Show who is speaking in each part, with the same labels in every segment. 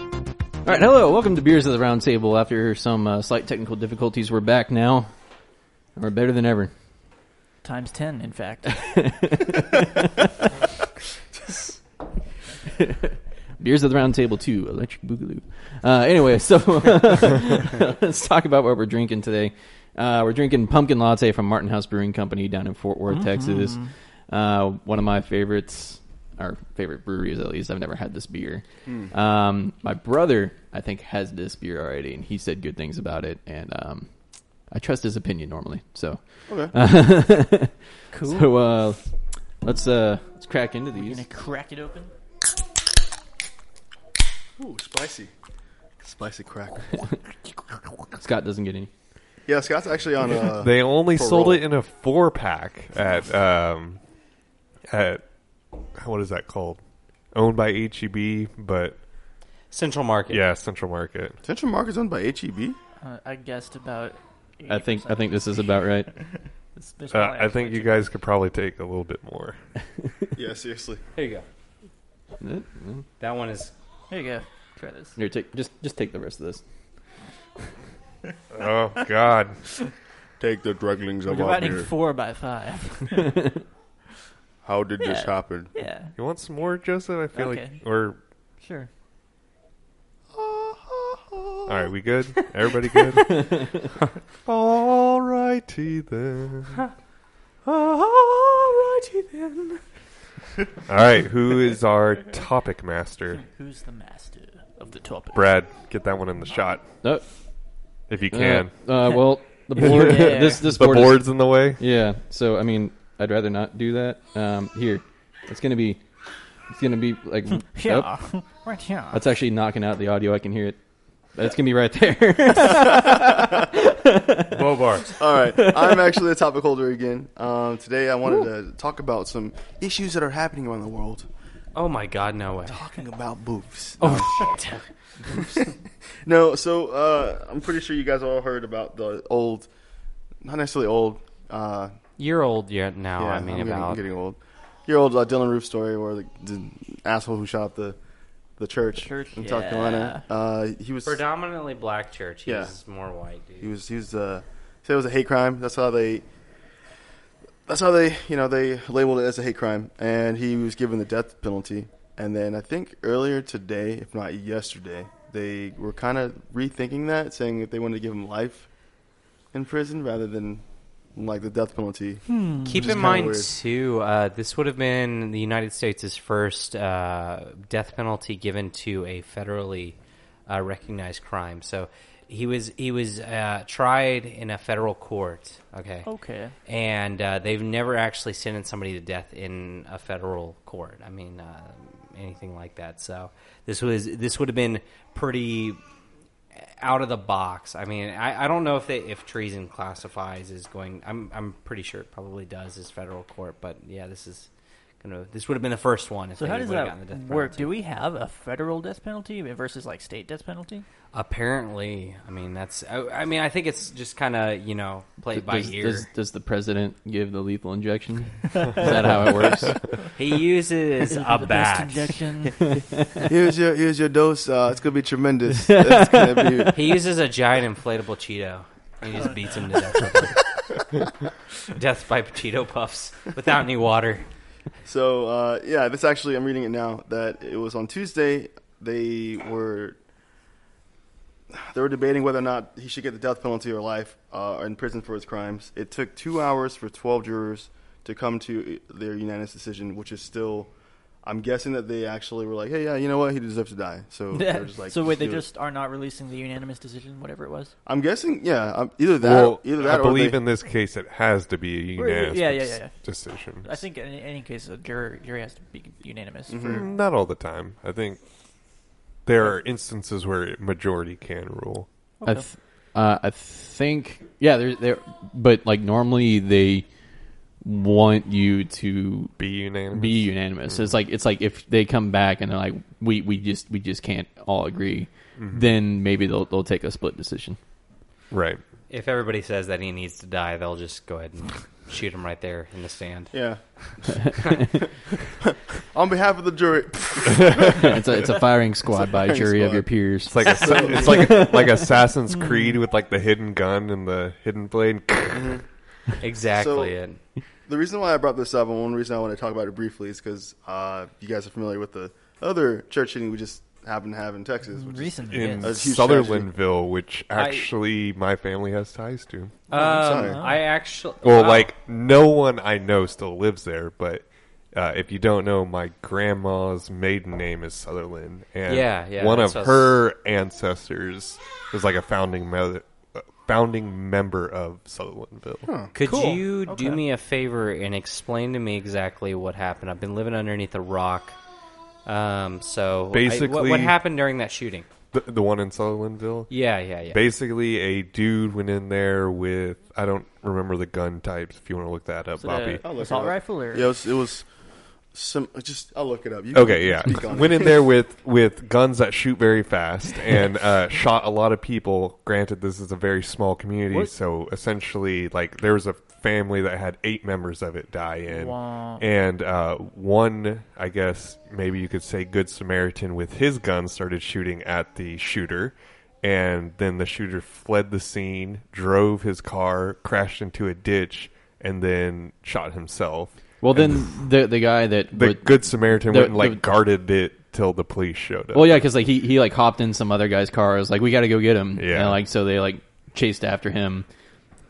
Speaker 1: All right, hello, welcome to Beers of the Round Table. After some uh, slight technical difficulties, we're back now. We're better than ever.
Speaker 2: Times ten, in fact.
Speaker 1: Beers of the Round Table 2, Electric Boogaloo. Uh, anyway, so let's talk about what we're drinking today. Uh, we're drinking pumpkin latte from Martin House Brewing Company down in Fort Worth, Texas. Uh, one of my favorites, our favorite breweries at least. I've never had this beer. Um, my brother, I think, has this beer already, and he said good things about it. And um, I trust his opinion normally. So,
Speaker 2: Cool.
Speaker 1: so uh, let's uh, let's crack into
Speaker 2: you
Speaker 1: these.
Speaker 2: gonna crack it open?
Speaker 3: Ooh, spicy. Spicy crack.
Speaker 1: Scott doesn't get any.
Speaker 3: Yeah, Scott's actually on. Uh,
Speaker 4: They only
Speaker 3: Parole.
Speaker 4: sold it in a four pack at um at what is that called? Owned by HEB, but
Speaker 5: Central Market.
Speaker 4: yeah, Central Market.
Speaker 3: Central Market's owned by E HEB.
Speaker 2: Uh, I guessed about.
Speaker 1: I think I think this is about right.
Speaker 2: This- this
Speaker 4: Uh,
Speaker 2: probably
Speaker 4: I think you guys could probably take a little bit more.
Speaker 3: Yeah, seriously.
Speaker 5: There you go. That one is.
Speaker 2: There you go. Try this.
Speaker 1: Here, take just just take the rest of this.
Speaker 4: Oh God,
Speaker 3: Take the drugglings
Speaker 2: We're
Speaker 3: of our
Speaker 2: dividing
Speaker 3: beer.
Speaker 2: four by five.
Speaker 3: How did this
Speaker 2: Yeah.
Speaker 3: happen?
Speaker 2: Yeah,
Speaker 4: you want some more, Joseph? I feel
Speaker 2: Okay.
Speaker 4: like or
Speaker 2: sure.
Speaker 4: all right, we good? Everybody good? all righty then. All righty then. All right, who is our topic master?
Speaker 2: Who's the master of the topic?
Speaker 4: Brad, get that one in the shot
Speaker 1: Oh,
Speaker 4: if you
Speaker 1: uh,
Speaker 4: can.
Speaker 1: uh, well, the board.
Speaker 2: Yeah.
Speaker 1: This this
Speaker 4: the
Speaker 1: board. is-
Speaker 4: board's in the way.
Speaker 1: yeah. So I mean, I'd rather not do that. Um, here, it's gonna be, it's gonna be like.
Speaker 2: Yeah,
Speaker 1: oh,
Speaker 2: right here.
Speaker 1: that's actually knocking out the audio. I can hear it. It's gonna be right there.
Speaker 4: Bobar.
Speaker 3: All right, I'm actually a topic holder again. Um, today, I wanted to talk about some issues that are happening around the world.
Speaker 5: Oh my God! No way.
Speaker 3: Talking about boobs.
Speaker 5: Oh
Speaker 3: No, so uh, I'm pretty sure you guys all heard about the old, not necessarily old. Uh,
Speaker 5: You're old yet now.
Speaker 3: yeah,
Speaker 5: I mean,
Speaker 3: am getting,
Speaker 5: about
Speaker 3: I'm getting old. Your old uh, Dylan Roof story, where the, the asshole who shot up the the church,
Speaker 2: church,
Speaker 3: in South
Speaker 2: yeah.
Speaker 3: Carolina. Uh, he was
Speaker 5: predominantly black church. He's
Speaker 3: Yeah.
Speaker 5: more white,
Speaker 3: He
Speaker 5: dude.
Speaker 3: was he was uh said it was a hate crime. That's how they that's how they you know they labeled it as a hate crime, and he was given the death penalty. And then I think earlier today, if not yesterday, they were kind of rethinking that, saying that they wanted to give him life in prison rather than like the death penalty. is
Speaker 5: Keep in
Speaker 3: kinda
Speaker 5: mind
Speaker 3: weird.
Speaker 5: too. Uh, this would have been the United States' first uh, death penalty given to a federally uh, recognized crime. So he was he was uh, tried in a federal court. Okay.
Speaker 2: Okay.
Speaker 5: and uh, they've never actually sentenced somebody to death in a federal court. I mean, uh, anything like that. So this was this would have been pretty out of the box. I mean, I, I don't know if they, if treason classifies is going. I'm I'm pretty sure it probably does as federal court. But yeah, this is gonna this would have been the first one. If
Speaker 2: So
Speaker 5: they
Speaker 2: how does
Speaker 5: would have
Speaker 2: that
Speaker 5: gotten the death
Speaker 2: work?
Speaker 5: penalty.
Speaker 2: Do we have a federal death penalty versus like state death penalty?
Speaker 5: Apparently, I mean that's. I, I mean, I think it's just kind of you know played by
Speaker 1: does,
Speaker 5: ear.
Speaker 1: does, does the president give the lethal injection? Is that how it works?
Speaker 5: he uses a
Speaker 2: The best
Speaker 5: bat.
Speaker 2: injection.
Speaker 3: here's your here's your dose. Uh, it's gonna be tremendous. It's gonna be
Speaker 5: He uses a giant inflatable Cheeto and he just beats him to death. with it. death by Cheeto puffs without any water.
Speaker 3: So uh, yeah, this actually I'm reading it now that it was on Tuesday. They were they were debating whether or not he should get the death penalty or life uh, in prison for his crimes. It took two hours for 12 jurors to come to their unanimous decision, which is still. I'm guessing that they actually were like, hey, yeah, you know what? He deserves to die. So they're just like,
Speaker 2: so wait, they
Speaker 3: do it.
Speaker 2: just are not releasing the unanimous decision, whatever it was.
Speaker 3: I'm guessing, yeah, um, either that,
Speaker 4: Well,
Speaker 3: either that,
Speaker 4: I
Speaker 3: or
Speaker 4: believe
Speaker 3: they,
Speaker 4: in this case it has to be a
Speaker 2: Or- yeah,
Speaker 4: unanimous
Speaker 2: yeah, yeah, yeah.
Speaker 4: decision.
Speaker 2: I think in in any case, a jury, jury has to be unanimous for.
Speaker 4: Mm, Not all the time. I think there are instances where a majority can rule.
Speaker 1: I, th- uh, I think yeah, there there, but like normally they want you to
Speaker 4: Be unanimous.
Speaker 1: be unanimous. It's like it's like if they come back and they're like we we just we just can't all agree, then maybe they'll they'll take a split decision.
Speaker 4: right.
Speaker 5: If everybody says that he needs to die, they'll just go ahead and shoot him right there in the stand.
Speaker 3: Yeah. On behalf of the jury,
Speaker 1: it's, a, it's a firing squad by
Speaker 3: firing
Speaker 1: jury of
Speaker 3: squad.
Speaker 1: your peers.
Speaker 4: It's like a, it's like like Assassin's Creed with like the hidden gun and the hidden blade.
Speaker 5: Exactly
Speaker 3: So-
Speaker 5: it.
Speaker 3: the reason why I brought this up and one reason I want to talk about it briefly is because uh, you guys are familiar with the other church shooting we just happened to have in Texas. Which is,
Speaker 2: Recently,
Speaker 4: in
Speaker 3: That's huge
Speaker 4: Sutherlandville, which
Speaker 5: I-
Speaker 4: actually my family has ties to.
Speaker 2: Uh,
Speaker 3: sorry.
Speaker 5: Um, I actually
Speaker 4: Well,
Speaker 5: wow.
Speaker 4: like no one I know still lives there, but uh, if you don't know, my grandma's maiden name is Sutherland, and
Speaker 5: Yeah, yeah,
Speaker 4: one of
Speaker 5: that's what I
Speaker 4: her ancestors was like a founding mother, uh, founding member of Sutherlandville.
Speaker 5: Could
Speaker 2: Cool.
Speaker 5: you do me a favor and explain to me exactly what happened? I've been living underneath a rock. Um, so I- what,
Speaker 4: Basically-
Speaker 5: what happened during that shooting?
Speaker 4: The, the one in Sutherlandville.
Speaker 5: Yeah, yeah, yeah.
Speaker 4: Basically, a dude went in there with I don't remember the gun types. If you want to look that up, Bobby.
Speaker 3: I'll look
Speaker 2: assault
Speaker 3: it up.
Speaker 2: rifle or
Speaker 3: Yeah, it was, it was some. Just I'll look it up. You
Speaker 4: Okay,
Speaker 3: can
Speaker 4: yeah.
Speaker 3: speak on
Speaker 4: Went
Speaker 3: it.
Speaker 4: in there with with guns that shoot very fast and uh, shot a lot of people. Granted, this is a very small community, so essentially, like there was a family that had eight members of it die in,
Speaker 2: Wow.
Speaker 4: and uh, one, I guess, maybe you could say, good Samaritan with his gun started shooting at the shooter. And then the shooter fled the scene, drove his car, crashed into a ditch, and then shot himself.
Speaker 1: Well, then the the guy that
Speaker 4: The
Speaker 1: would-
Speaker 4: Good Samaritan
Speaker 1: the-
Speaker 4: went and like
Speaker 1: the-
Speaker 4: guarded it till the police showed up.
Speaker 1: well, yeah, because like he he like hopped in some other guy's car. I was like, we got to go get him.
Speaker 4: Yeah.
Speaker 1: And, like so they like chased after him.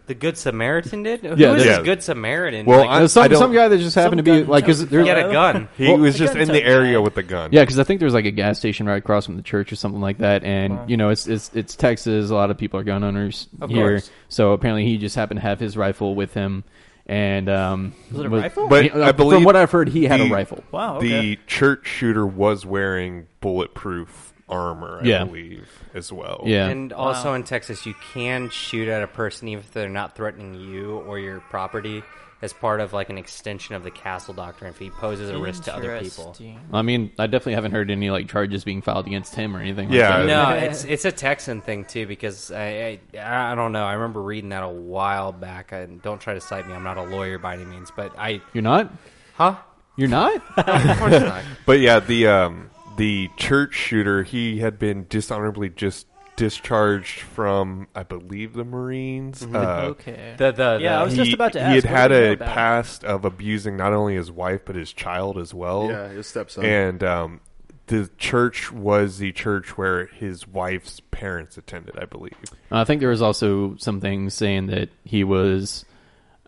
Speaker 5: the Good Samaritan did. Who
Speaker 1: Yeah,
Speaker 5: was
Speaker 1: yeah.
Speaker 5: this Good Samaritan?
Speaker 4: Well,
Speaker 5: Like,
Speaker 1: It was some
Speaker 4: I don't-
Speaker 1: some guy that just happened to be
Speaker 2: guy
Speaker 1: like because
Speaker 2: jumped
Speaker 5: he had a gun.
Speaker 4: He
Speaker 1: Well-
Speaker 4: was just in the
Speaker 2: Gun-toting
Speaker 4: area
Speaker 2: guy.
Speaker 4: with the gun.
Speaker 1: Yeah, because I think there was like a gas station right across from the church or something like that, and you know it's it's it's Texas. A lot of people are gun owners
Speaker 5: Of
Speaker 1: here,
Speaker 5: course.
Speaker 1: so apparently he just happened to have his rifle with him, and um,
Speaker 2: Was it a rifle?
Speaker 4: But
Speaker 1: he- uh,
Speaker 4: I believe
Speaker 1: from what I've heard, he had a
Speaker 4: the-
Speaker 1: rifle.
Speaker 2: Wow.
Speaker 4: The church shooter was wearing bulletproof armor, I
Speaker 1: Yeah.
Speaker 4: believe, as well.
Speaker 1: Yeah,
Speaker 5: And also in Texas, you can shoot at a person even if they're not threatening you or your property as part of like an extension of the castle doctrine if he poses a risk to other people.
Speaker 1: I mean, I definitely haven't heard any like charges being filed against him or anything.
Speaker 4: Yeah.
Speaker 1: like that.
Speaker 5: No, it's it's a Texan thing too because I, I I don't know. I remember reading that a while back. I, don't try to cite me. I'm not a lawyer by any means, but I
Speaker 1: you're not.
Speaker 5: huh?
Speaker 1: You're not.
Speaker 5: Of course not.
Speaker 4: But yeah, the um, the church shooter, he had been dishonorably just discharged from, I believe, the Marines. Uh,
Speaker 2: Okay.
Speaker 5: The the,
Speaker 2: Yeah, Mm-hmm. I
Speaker 5: the-
Speaker 2: was just
Speaker 4: he-
Speaker 2: about to
Speaker 4: He
Speaker 2: ask,
Speaker 4: had
Speaker 2: what do we
Speaker 4: had
Speaker 2: know
Speaker 4: a
Speaker 2: about it?
Speaker 4: past of abusing not only his wife but his child as well.
Speaker 3: Yeah, his stepson.
Speaker 4: And um, the church was the church where his wife's parents attended, I believe.
Speaker 1: I think there was also some things saying that he was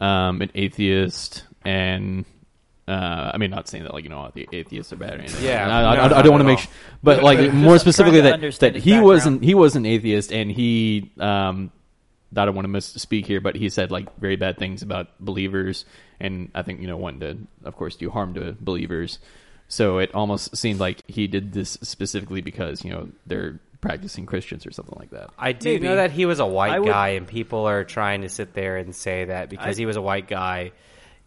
Speaker 1: um, an atheist, and uh, I mean, not saying that like you know the atheists are bad or anything.
Speaker 5: Yeah,
Speaker 1: And I, I-
Speaker 5: no,
Speaker 1: I
Speaker 5: not
Speaker 1: don't want to
Speaker 5: at
Speaker 1: make,
Speaker 5: all.
Speaker 1: sure, but like more
Speaker 2: Just
Speaker 1: specifically
Speaker 2: trying to
Speaker 1: that
Speaker 2: understand
Speaker 1: that
Speaker 2: his
Speaker 1: he
Speaker 2: background.
Speaker 1: wasn't he was an atheist, and he um, I don't want to misspeak here, but he said like very bad things about believers, and I think you know wanted to, of course, do harm to believers. So it almost seemed like he did this specifically because you know they're practicing Christians or something like that.
Speaker 5: I do
Speaker 2: Maybe.
Speaker 5: know that he was a
Speaker 2: I
Speaker 5: white
Speaker 2: would-
Speaker 5: guy, and people are trying to sit there and say that because he was a white guy,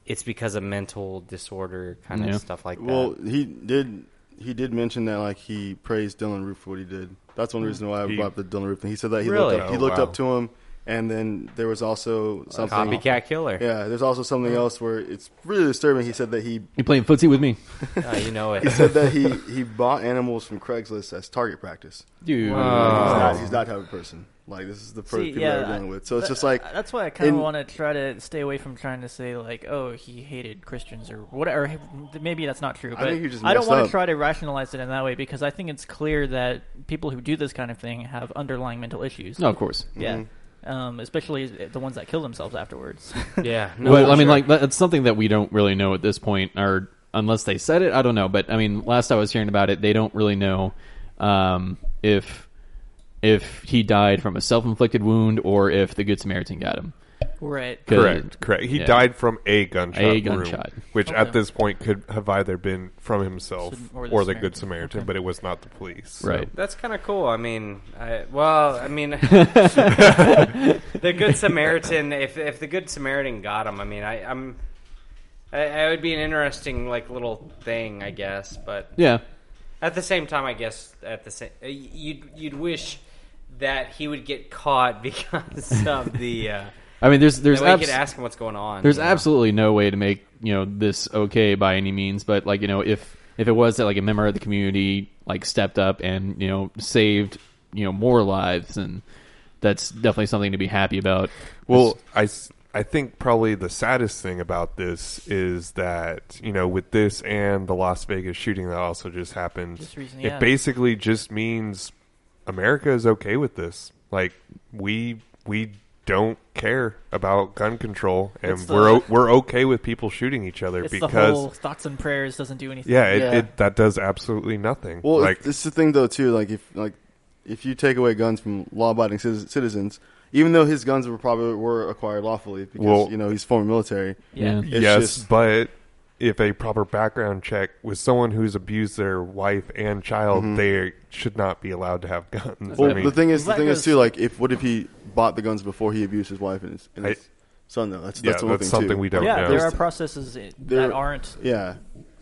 Speaker 5: it's because of mental disorder kind
Speaker 1: Yeah.
Speaker 5: of stuff like that.
Speaker 3: Well, he did. He did mention that like he praised Dylan Roof for what he did. That's one reason why I
Speaker 4: He-
Speaker 3: brought up the Dylan Roof thing. He said that he
Speaker 5: Really?
Speaker 3: looked up, he
Speaker 4: Oh,
Speaker 3: looked
Speaker 4: wow.
Speaker 3: up to him, and then there was also something.
Speaker 5: Copycat killer.
Speaker 3: Yeah, there's also something else where it's really disturbing. He said that he
Speaker 1: You playing footsie with me,
Speaker 5: Uh, you know it.
Speaker 3: he said that he he bought animals from Craigslist as target practice.
Speaker 1: dude?
Speaker 4: Uh, Oh.
Speaker 3: He's not, he's not that type of person. Like this is the per- people that we're
Speaker 2: I-
Speaker 3: dealing with. So it's
Speaker 2: tha-
Speaker 3: just like
Speaker 2: uh, that's why I kind
Speaker 3: in-
Speaker 2: of want to try to stay away from trying to say like, oh, he hated Christians or whatever. or Maybe that's not true,
Speaker 3: I
Speaker 2: but
Speaker 3: think you just
Speaker 2: don't
Speaker 3: messed
Speaker 2: want
Speaker 3: up.
Speaker 2: to try to rationalize it in that way because I think it's clear that people who do this kind of thing have underlying mental issues.
Speaker 1: no, of course.
Speaker 2: yeah,
Speaker 3: Mm-hmm.
Speaker 2: um, especially the ones that kill themselves afterwards.
Speaker 5: Yeah. No,
Speaker 1: well, I
Speaker 5: I'm
Speaker 1: mean,
Speaker 5: sure.
Speaker 1: like that's something that we don't really know at this point, or unless they said it, I don't know. But I mean, last I was hearing about it, they don't really know um, if if he died from a self inflicted wound or if the Good Samaritan got him.
Speaker 2: right.
Speaker 1: 'Cause-
Speaker 4: Correct, correct. He
Speaker 1: yeah.
Speaker 4: died from a gunshot,
Speaker 1: A
Speaker 4: wound,
Speaker 1: gunshot.
Speaker 4: which
Speaker 2: Okay.
Speaker 4: at this point could have either been from himself
Speaker 2: So-
Speaker 4: or
Speaker 2: or
Speaker 4: the,
Speaker 2: the Samaritan.
Speaker 4: Good Samaritan,
Speaker 2: Okay.
Speaker 4: but it was not the police. So-
Speaker 1: Right.
Speaker 5: That's kind of cool. I mean, I, well, I mean, the Good Samaritan. If if the Good Samaritan got him, I mean, I, I'm, I, I would be an interesting like little thing, I guess. But
Speaker 1: Yeah.
Speaker 5: at the same time, I guess at the same, you'd you'd wish that he would get caught because of the. Uh,
Speaker 1: I mean, there's there's
Speaker 5: That way you
Speaker 1: abs-
Speaker 5: could ask him what's going on.
Speaker 1: there's
Speaker 5: you know?
Speaker 1: absolutely no way to make you know this okay by any means but like you know if if it was that like a member of the community like stepped up and you know saved you know more lives and that's definitely something to be happy about
Speaker 4: Well, I, s- I think probably the saddest thing about this is that, you know, with this and the Las Vegas shooting that also just happened,
Speaker 2: Just recently,
Speaker 4: it
Speaker 2: yeah.
Speaker 4: basically just means America is okay with this. Like, we, we don't care about gun control and
Speaker 2: It's the-
Speaker 4: we're, o- we're okay with people shooting each other
Speaker 2: It's
Speaker 4: because,
Speaker 2: the whole thoughts and prayers doesn't do anything.
Speaker 4: yeah, it,
Speaker 3: Yeah.
Speaker 4: It, that does absolutely nothing.
Speaker 3: Well,
Speaker 4: like,
Speaker 3: it's, it's the thing though too. Like if like if you take away guns from law-abiding citi- citizens, even though his guns were probably were acquired lawfully because
Speaker 4: Well-
Speaker 3: you know he's former military.
Speaker 1: yeah,
Speaker 3: It's
Speaker 4: yes,
Speaker 3: just-
Speaker 4: but if a proper background check with someone who's abused their wife and child, they should not be allowed to have guns.
Speaker 3: Mm-hmm. Well,
Speaker 4: I mean,
Speaker 3: the thing is, the
Speaker 2: That
Speaker 3: thing is
Speaker 2: goes-
Speaker 3: too. Like if what if he bought the guns before he abused his wife and his, and
Speaker 4: I-
Speaker 3: his son? Though that's
Speaker 4: yeah,
Speaker 3: that's
Speaker 4: that's,
Speaker 3: one thing too.
Speaker 4: something we don't
Speaker 2: yeah,
Speaker 4: know.
Speaker 2: there are processes i- that
Speaker 3: There-
Speaker 2: aren't
Speaker 3: Yeah,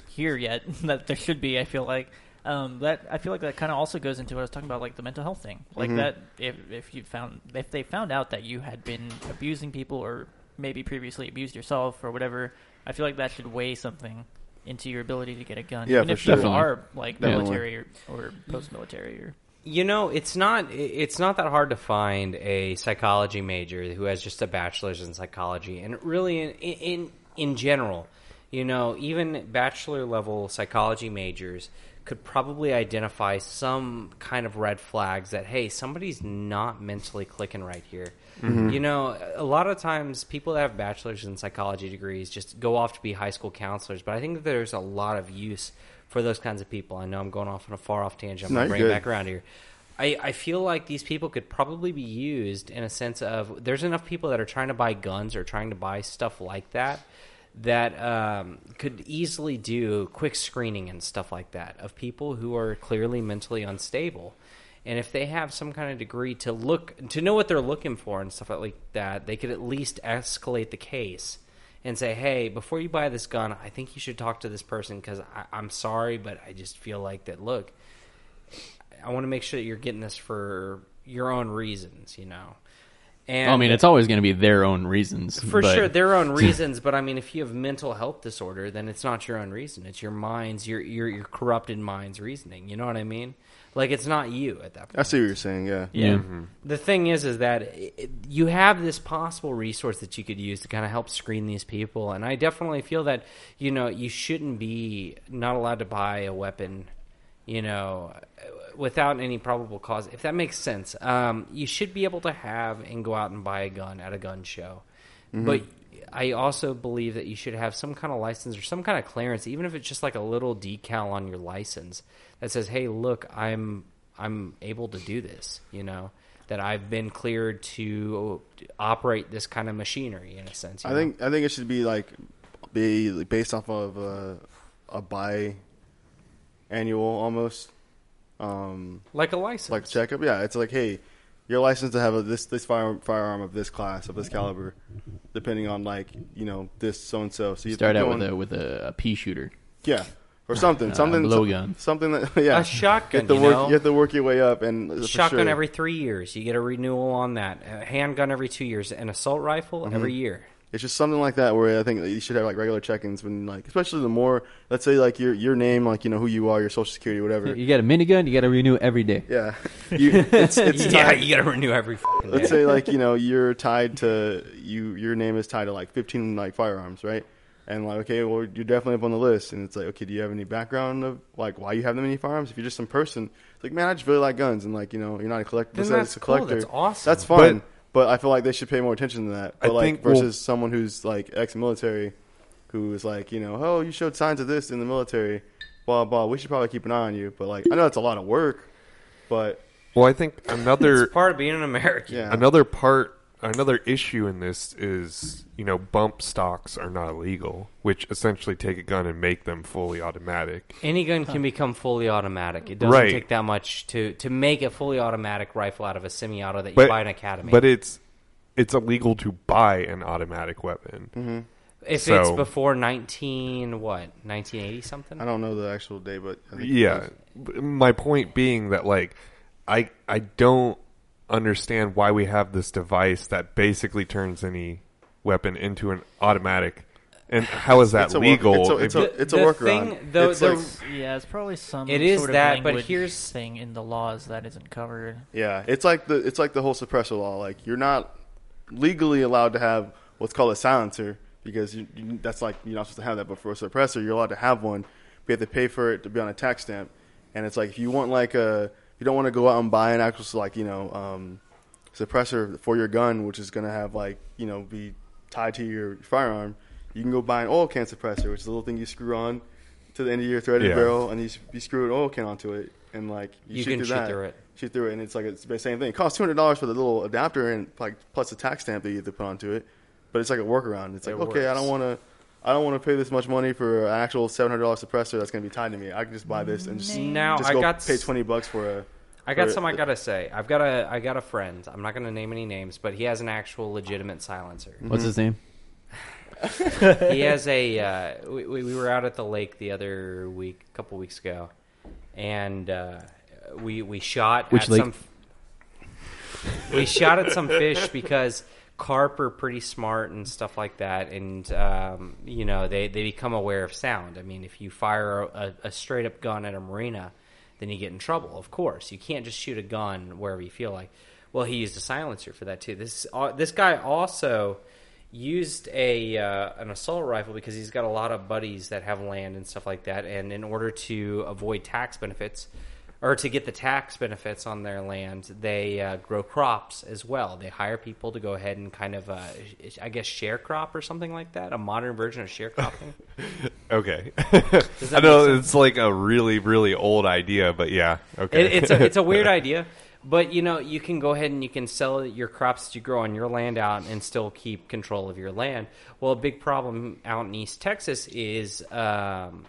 Speaker 2: here yet that there should be. I feel like um, that. I feel like that kind of also goes into what I was talking about, like the mental health thing.
Speaker 3: Mm-hmm.
Speaker 2: Like that, if if you found if they found out that you had been abusing people or maybe previously abused yourself or whatever, I feel like that should weigh something into your ability to get a gun.
Speaker 3: Yeah,
Speaker 2: even
Speaker 3: for
Speaker 2: if
Speaker 3: sure.
Speaker 2: you
Speaker 1: Definitely.
Speaker 2: are like
Speaker 1: Definitely.
Speaker 2: military or, or post military or
Speaker 5: You know, it's not it's not that hard to find a psychology major who has just a bachelor's in psychology, and really in in in general, you know, even bachelor level psychology majors could probably identify some kind of red flags that hey, somebody's not mentally clicking right here. You know, a lot of times people that have bachelor's in psychology degrees just go off to be high school counselors, but I think that there's a lot of use for those kinds of people. I know I'm going off on a far off tangent. I'm
Speaker 3: No, you're
Speaker 5: going to bring it
Speaker 3: good.
Speaker 5: back around here. I, I feel like these people could probably be used in a sense of there's enough people that are trying to buy guns or trying to buy stuff like that that um, could easily do quick screening and stuff like that of people who are clearly mentally unstable. And if they have some kind of degree to look to know what they're looking for and stuff like that, they could at least escalate the case and say, "Hey, before you buy this gun, I think you should talk to this person because I'm sorry, but I just feel like that. Look, I want to make sure that you're getting this for your own reasons, you know. And
Speaker 1: i mean it's always going to be their own reasons
Speaker 5: for
Speaker 1: but-
Speaker 5: sure their own reasons, but I mean, if you have mental health disorder, then it's not your own reason. It's your mind's your your your corrupted mind's reasoning. You know what I mean? Like it's not you at that point
Speaker 3: I see what you're saying. Yeah,
Speaker 1: yeah
Speaker 4: Mm-hmm.
Speaker 5: the thing is is that it, you have this possible resource that you could use to kind of help screen these people and i definitely feel that you know you shouldn't be not allowed to buy a weapon you know without any probable cause if that makes sense um, you should be able to have and go out and buy a gun at a gun show but I also believe that you should have some kind of license or some kind of clearance, even if it's just like a little decal on your license that says, "Hey, look, I'm I'm able to do this," you know, that I've been cleared to operate this kind of machinery in a sense. you
Speaker 3: I
Speaker 5: know?
Speaker 3: think I think it should be like be like, based off of uh, a bi annual almost um,
Speaker 5: like a license,
Speaker 3: like checkup. Yeah, it's like hey, you're licensed to have a, this this firearm firearm of this class of this caliber, depending on like you know this so and so. So you
Speaker 1: start
Speaker 3: keep
Speaker 1: out with
Speaker 3: going-
Speaker 1: a with a, a pea shooter
Speaker 3: yeah. Or something,
Speaker 1: Uh,
Speaker 3: something,
Speaker 1: blowgun.
Speaker 3: something that yeah,
Speaker 5: A
Speaker 3: You have
Speaker 5: shotgun,
Speaker 3: to
Speaker 5: you
Speaker 3: work,
Speaker 5: know?
Speaker 3: you have to work your way up, and uh, for
Speaker 5: shotgun
Speaker 3: sure.
Speaker 5: every three years. You get a renewal on that. A handgun every two years. An assault rifle
Speaker 3: Mm-hmm.
Speaker 5: every year.
Speaker 3: It's just something like that where I think that you should have like regular check-ins when like especially the more let's say like your your name like you know who you are your social security whatever
Speaker 1: you got a minigun you got to renew every day
Speaker 3: yeah you, it's, it's
Speaker 5: yeah,
Speaker 3: tied,
Speaker 5: you got to renew every. fucking
Speaker 3: let's
Speaker 5: day.
Speaker 3: say like you know you're tied to you your name is tied to like 15 like firearms right and like okay well you're definitely up on the list and it's like okay do you have any background of like why you have that many firearms if you're just some person it's like man I just really like guns and like you know you're not a collector
Speaker 5: Then
Speaker 3: just
Speaker 5: that's
Speaker 3: as a
Speaker 5: cool,
Speaker 3: collector
Speaker 5: that's awesome.
Speaker 3: that's fine
Speaker 4: But-
Speaker 3: but, I feel like they should pay more attention to that but
Speaker 4: I
Speaker 3: like
Speaker 4: think, well-
Speaker 3: versus someone who's like ex-military who is like you know oh you showed signs of this in the military blah blah we should probably keep an eye on you but like I know it's a lot of work but
Speaker 4: well, I think another
Speaker 5: it's part of being an American.
Speaker 3: yeah
Speaker 4: another part another issue in this is you know bump stocks are not illegal, which essentially take a gun and make them fully automatic.
Speaker 5: Any gun can become fully automatic. It doesn't
Speaker 4: Right.
Speaker 5: take that much to to make a fully automatic rifle out of a semi-auto that you buy in Academy.
Speaker 4: But it's it's illegal to buy an automatic weapon.
Speaker 3: Mm-hmm.
Speaker 5: if it's
Speaker 4: so-
Speaker 5: before nineteen what nineteen eighty something,
Speaker 3: I don't know the actual day but I think it
Speaker 4: Yeah.
Speaker 3: was.
Speaker 4: My point being that like I I don't understand why we have this device that basically turns any weapon into an automatic. And how is that
Speaker 3: It's a work-
Speaker 4: legal?
Speaker 3: it's a-
Speaker 4: if
Speaker 3: it's a-
Speaker 5: The- the
Speaker 3: workaround.
Speaker 5: thing- the-
Speaker 3: It's
Speaker 5: the-
Speaker 3: like-
Speaker 2: Yeah, it's probably some.
Speaker 5: It is
Speaker 2: sort of
Speaker 5: that, but
Speaker 2: language
Speaker 5: here's-
Speaker 2: thing in the laws that isn't covered.
Speaker 3: Yeah, it's like the it's like the whole suppressor law. Like you're not legally allowed to have what's called a silencer because you, you, that's like you're not supposed to have that. But for a suppressor, you're allowed to have one. But you have to pay for it to be on a tax stamp. And it's like if you want like a you don't want to go out and buy an actual like you know um, suppressor for your gun, which is gonna have like you know be tied to your firearm. You can go buy an oil can suppressor, which is a little thing you screw on to the end of your threaded
Speaker 4: Yeah.
Speaker 3: barrel, and you, s- you screw an oil can onto it, and like
Speaker 5: You
Speaker 3: shoot
Speaker 5: can
Speaker 3: through
Speaker 5: shoot
Speaker 3: that,
Speaker 5: through it.
Speaker 3: Shoot through it, and it's like it's the same thing. It costs two hundred dollars for the little adapter and like plus a tax stamp that you have to put onto it. But it's like a workaround. It's like
Speaker 5: It
Speaker 3: okay, I don't
Speaker 5: works.
Speaker 3: want to, I don't want to pay this much money for an actual seven hundred dollars suppressor that's going to be tied to me. I can just buy this and just,
Speaker 5: Now
Speaker 3: just
Speaker 5: I
Speaker 3: go
Speaker 5: got
Speaker 3: pay
Speaker 5: s-
Speaker 3: twenty bucks for a.
Speaker 5: I got
Speaker 3: for-
Speaker 5: some I gotta say. I've got a I got a friend. I'm not gonna name any names, but he has an actual legitimate silencer.
Speaker 1: What's
Speaker 4: Mm-hmm.
Speaker 1: his name?
Speaker 5: he has a. Uh, we, we we were out at the lake the other week, a couple weeks ago, and uh, we we shot
Speaker 1: Which
Speaker 5: at
Speaker 1: lake?
Speaker 5: some. We shot at some fish because carp are pretty smart and stuff like that, and um, you know they they become aware of sound. I mean, if you fire a, a straight up gun at a marina, then you get in trouble. Of course, you can't just shoot a gun wherever you feel like. Well, he used a silencer for that too. This uh, this guy also used a uh, an assault rifle because he's got a lot of buddies that have land and stuff like that, and in order to avoid tax benefits or to get the tax benefits on their land, they uh, grow crops as well. They hire people to go ahead and kind of, uh, I guess, share crop or something like that. A modern version of sharecropping.
Speaker 4: Okay.
Speaker 5: Does
Speaker 4: I
Speaker 5: that
Speaker 4: know
Speaker 5: make sense?
Speaker 4: it's like a really, really old idea, but yeah. Okay.
Speaker 5: it, it's a, it's a weird idea, but you know you can go ahead and you can sell your crops that you grow on your land out and still keep control of your land. Well, a big problem out in East Texas is um,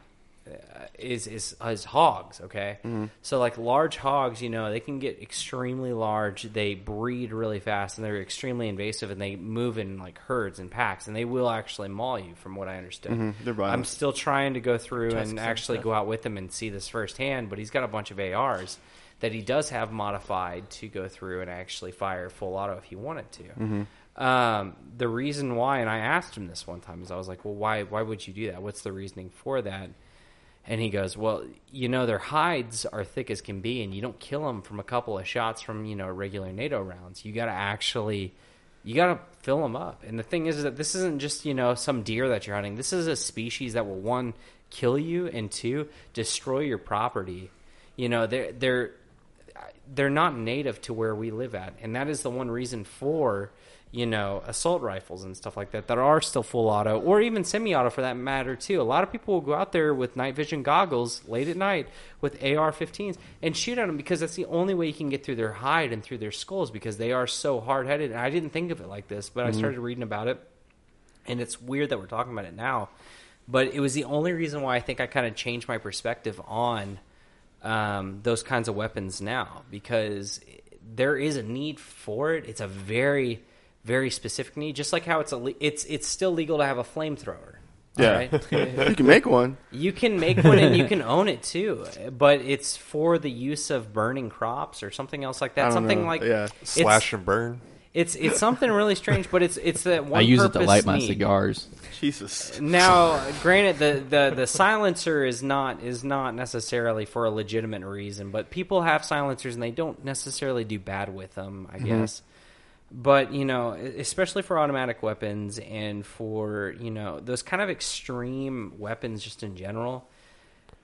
Speaker 5: uh, is is is hogs. Okay, so like large hogs, you know, they can get extremely large. They breed really fast and they're extremely invasive and they move in like herds and packs and they will actually maul you, from what I understood.
Speaker 3: They're violent.
Speaker 5: I'm still trying to go through
Speaker 2: Tusks
Speaker 5: and
Speaker 2: and
Speaker 5: actually
Speaker 2: stuff.
Speaker 5: go out with him and see this firsthand, but he's got a bunch of ARs that he does have modified to go through and actually fire full auto if he wanted to. Um, the reason why, and I asked him this one time, is I was like, "Well, why? Why would you do that? What's the reasoning for that?" And he goes, "Well, you know, their hides are thick as can be, and you don't kill them from a couple of shots from you know regular NATO rounds. You got to actually." You gotta fill them up, and the thing is that this isn't just you know some deer that you're hunting. This is a species that will one kill you and two destroy your property. You know they're they're they're not native to where we live at, and that is the one reason for you know assault rifles and stuff like that that are still full auto or even semi-auto for that matter too. A lot of people will go out there with night vision goggles late at night with AR-15s and shoot at them because that's the only way you can get through their hide and through their skulls because they are so hard-headed. And I didn't think of it like this, but I started reading about it and it's weird that we're talking about it now but it was the only reason why i think i kind of changed my perspective on um, those kinds of weapons now because there is a need for it it's a very very specific need just like how it's a it's it's still legal to have a flamethrower all
Speaker 3: Yeah.
Speaker 5: right?
Speaker 3: You can make one.
Speaker 5: You can make one and you can own it too, but it's for the use of burning crops or something else like
Speaker 3: I
Speaker 5: that.
Speaker 3: don't
Speaker 5: Something
Speaker 3: know.
Speaker 5: like
Speaker 3: Yeah.
Speaker 5: it's-
Speaker 4: Slash and burn.
Speaker 5: It's, it's something really strange, but it's it's that one.
Speaker 1: I use it to
Speaker 5: purpose
Speaker 1: light my
Speaker 5: need.
Speaker 1: cigars.
Speaker 5: Uh,
Speaker 3: Jesus.
Speaker 5: Now, granted, the, the, the silencer is not is not necessarily for a legitimate reason, but people have silencers and they don't necessarily do bad with them, I guess. But you know, e, especially for automatic weapons and for you know those kind of extreme weapons, just in general,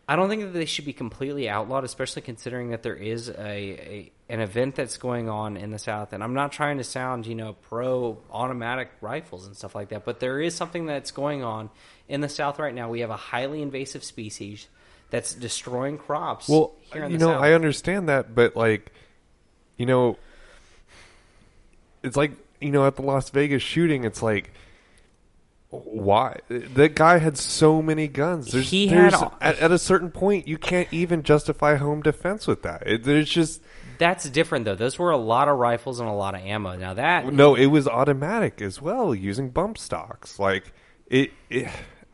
Speaker 5: I don't think that they should be completely outlawed, especially considering that there is a, a an event that's going on in the South. And I'm not trying to sound, you know, pro automatic rifles and stuff like that, but there is something that's going on in the South right now. We have a highly invasive species that's destroying crops.
Speaker 4: Well,
Speaker 5: here in
Speaker 4: you
Speaker 5: the
Speaker 4: know,
Speaker 5: South.
Speaker 4: I understand that, but like, you know, it's like you know at the Las Vegas shooting, it's like. Why that guy had so many guns? There's,
Speaker 5: He
Speaker 4: there's
Speaker 5: had-
Speaker 4: at, at a certain point you can't even justify home defense with that. It, there's just
Speaker 5: that's different though. Those were a lot of rifles and a lot of ammo. Now that
Speaker 4: no. It was automatic as well using bump stocks. Like it, it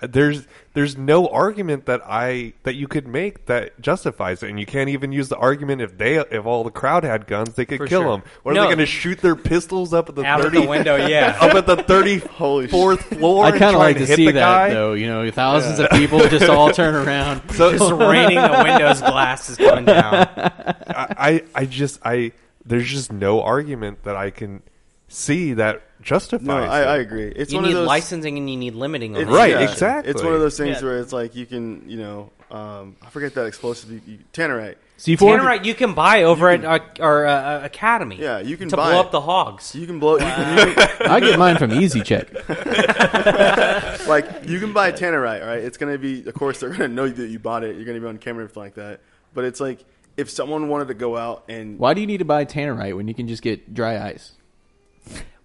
Speaker 4: there's there's no argument that I that you could make that justifies it, and you can't even use the argument if they if all the crowd had guns, they could
Speaker 5: For
Speaker 4: kill
Speaker 5: sure.
Speaker 4: them. What are
Speaker 5: No.
Speaker 4: they going to shoot their pistols up at the
Speaker 5: Out of
Speaker 4: thirty
Speaker 5: the window, yeah.
Speaker 4: up at the thirty
Speaker 3: Holy
Speaker 4: fourth floor?
Speaker 1: I
Speaker 4: and
Speaker 1: kind
Speaker 4: try
Speaker 1: of like
Speaker 4: to
Speaker 1: to
Speaker 4: hit
Speaker 1: see
Speaker 4: the
Speaker 1: that
Speaker 4: guy?
Speaker 1: though. You know, thousands of people just all turn around.
Speaker 4: So
Speaker 5: Just raining the windows glass is coming down.
Speaker 4: I, I I just I there's just no argument that I can see that justifies.
Speaker 3: No, I, I
Speaker 4: it.
Speaker 3: agree. It's
Speaker 5: You
Speaker 3: one
Speaker 5: need
Speaker 3: of those
Speaker 5: licensing and you need limiting. on
Speaker 3: it's-
Speaker 5: that
Speaker 4: Right,
Speaker 5: shit.
Speaker 4: exactly.
Speaker 3: It's one of those things
Speaker 2: Yeah.
Speaker 3: where it's like you can, you know, um, I forget that explosive you, you, Tannerite.
Speaker 1: C four.
Speaker 5: Tannerite you can buy over at uh, our uh, academy.
Speaker 3: Yeah, you can
Speaker 5: to
Speaker 3: buy
Speaker 5: blow
Speaker 3: it.
Speaker 5: up the hogs.
Speaker 3: You can blow. You can, you can,
Speaker 1: I get mine from EasyCheck.
Speaker 3: like you can buy Tannerite, all right? It's gonna be, of course, they're gonna know that you bought it. You're gonna be on camera and everything like that. But it's like if someone wanted to go out and
Speaker 1: Why do you need to buy Tannerite when you can just get dry ice?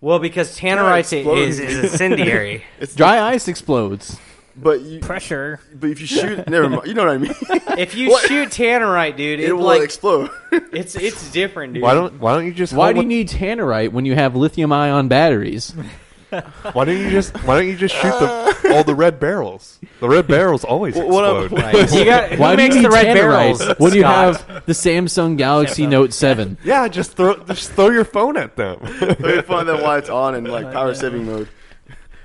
Speaker 5: Well, because Tannerite
Speaker 3: explode.
Speaker 5: is, is incendiary.
Speaker 1: Dry ice explodes.
Speaker 3: but you
Speaker 2: Pressure.
Speaker 3: but if you shoot, never mind. You know what I mean?
Speaker 5: if you
Speaker 3: What?
Speaker 5: shoot Tannerite, dude, it,
Speaker 3: it will
Speaker 5: like
Speaker 3: explode.
Speaker 5: it's it's different, dude.
Speaker 4: Why don't Why don't you just
Speaker 1: Why
Speaker 4: hold
Speaker 1: do you
Speaker 4: up-
Speaker 1: need Tannerite when you have lithium ion batteries?
Speaker 4: Why don't you just Why don't you just shoot the, all the red barrels? The red barrels always
Speaker 3: what I'm-
Speaker 4: explode.
Speaker 5: Right. You got, who
Speaker 1: Why do
Speaker 5: makes
Speaker 1: you need
Speaker 5: the red
Speaker 1: Tannerite
Speaker 5: barrels?
Speaker 1: when you
Speaker 5: Scott?
Speaker 1: have the Samsung Galaxy
Speaker 2: Samsung.
Speaker 1: Note Seven?
Speaker 4: Yeah, just throw just throw your phone at them.
Speaker 3: Very fun that while it's on in like power saving mode.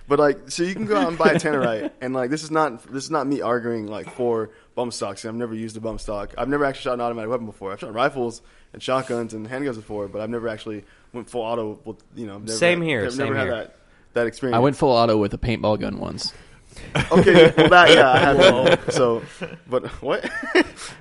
Speaker 3: But like, so you can go out and buy a Tannerite, and like, this is not this is not me arguing like for bump stocks. And I've never used a bump stock. I've never actually shot an automatic weapon before. I've shot rifles and shotguns and handguns before, but I've never actually went full auto. With, you know, I've never,
Speaker 5: Same here,
Speaker 3: I've
Speaker 5: same
Speaker 3: never
Speaker 5: here.
Speaker 3: had that that experience.
Speaker 1: I went full auto with a paintball gun once.
Speaker 3: okay. Well, that yeah, I had that. So, but what?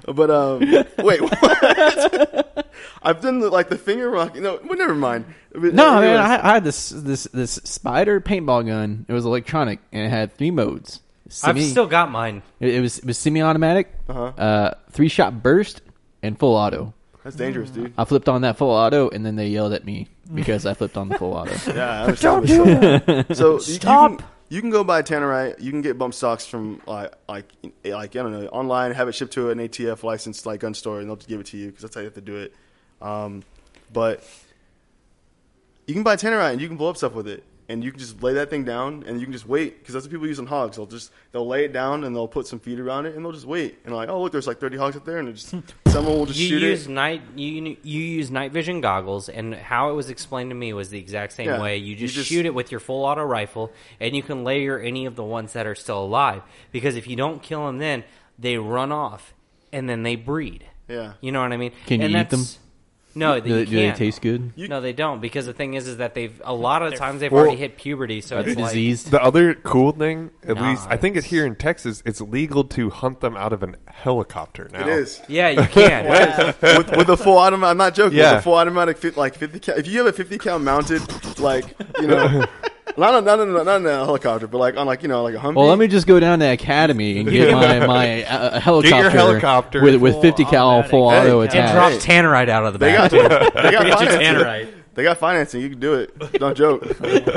Speaker 3: but um, wait, what? I've done the, like the finger rock. No, well, never mind. But
Speaker 1: No, man,
Speaker 3: anyways,
Speaker 1: I, I had this this this spider paintball gun. It was electronic and it had three modes.
Speaker 5: I've
Speaker 1: Semi-
Speaker 5: still Uh-huh. got mine.
Speaker 1: it, it was it was semi-automatic, uh, three shot burst, and full auto.
Speaker 3: that's dangerous, dude.
Speaker 1: I flipped on that full auto, and then they yelled at me because I flipped on the full auto.
Speaker 3: Yeah, I don't do that. So stop. You can, you can go buy Tannerite. You can get bump stocks from like like like I don't know online. Have it shipped to an ATF licensed like gun store, and they'll just give it to you because that's how you have to do it. Um, but you can buy Tannerite and you can blow up stuff with it, and you can just lay that thing down and you can just wait because that's what people use on hogs. They'll just they'll lay it down and they'll put some feed around it and they'll just wait and like oh look there's like thirty hogs up there and it just someone will just
Speaker 5: You
Speaker 3: shoot
Speaker 5: use
Speaker 3: it.
Speaker 5: night you you use night vision goggles, and how it was explained to me was the exact same
Speaker 3: Yeah,
Speaker 5: way. You
Speaker 3: you
Speaker 5: just,
Speaker 3: just-
Speaker 5: shoot it with your full auto rifle, and you can layer any of the ones that are still alive. Because if you don't kill them, then they run off, and then they breed.
Speaker 3: Yeah.
Speaker 5: you know what I mean.
Speaker 1: Can you
Speaker 5: and
Speaker 1: eat them?
Speaker 5: that's- No,
Speaker 1: Do they,
Speaker 5: you
Speaker 1: do they
Speaker 5: can't.
Speaker 1: taste good?
Speaker 3: You-
Speaker 5: no, they don't. Because the thing is, is that they've a lot of times they've
Speaker 4: Well-
Speaker 5: already hit puberty, so
Speaker 1: Are they
Speaker 5: it's like-
Speaker 1: diseased?
Speaker 4: The other cool thing, at
Speaker 5: Nah,
Speaker 4: least I think it's
Speaker 5: it's-
Speaker 4: here in Texas, it's legal to hunt them out of an helicopter now.
Speaker 3: It is.
Speaker 5: yeah, you can.
Speaker 3: with, with a full automatic. I'm not joking.
Speaker 4: Yeah.
Speaker 3: With a full automatic, fi- like fifty. Cal, if you have a fifty cal mounted, like you know, not on, not on, not on a helicopter, but like on like you know like a Humvee.
Speaker 1: Well, let me just go down to Academy and get my my uh, helicopter,
Speaker 4: helicopter.
Speaker 1: with with
Speaker 2: Full
Speaker 1: 50 cal
Speaker 2: automatic.
Speaker 1: full
Speaker 3: Hey,
Speaker 1: auto
Speaker 3: and
Speaker 5: and
Speaker 1: attack.
Speaker 5: drop
Speaker 3: Hey.
Speaker 5: Tannerite out of the
Speaker 3: They
Speaker 5: bag.
Speaker 3: got they got
Speaker 5: Get your
Speaker 3: financing.
Speaker 5: Tannerite.
Speaker 3: They got financing. You can do it. Don't joke.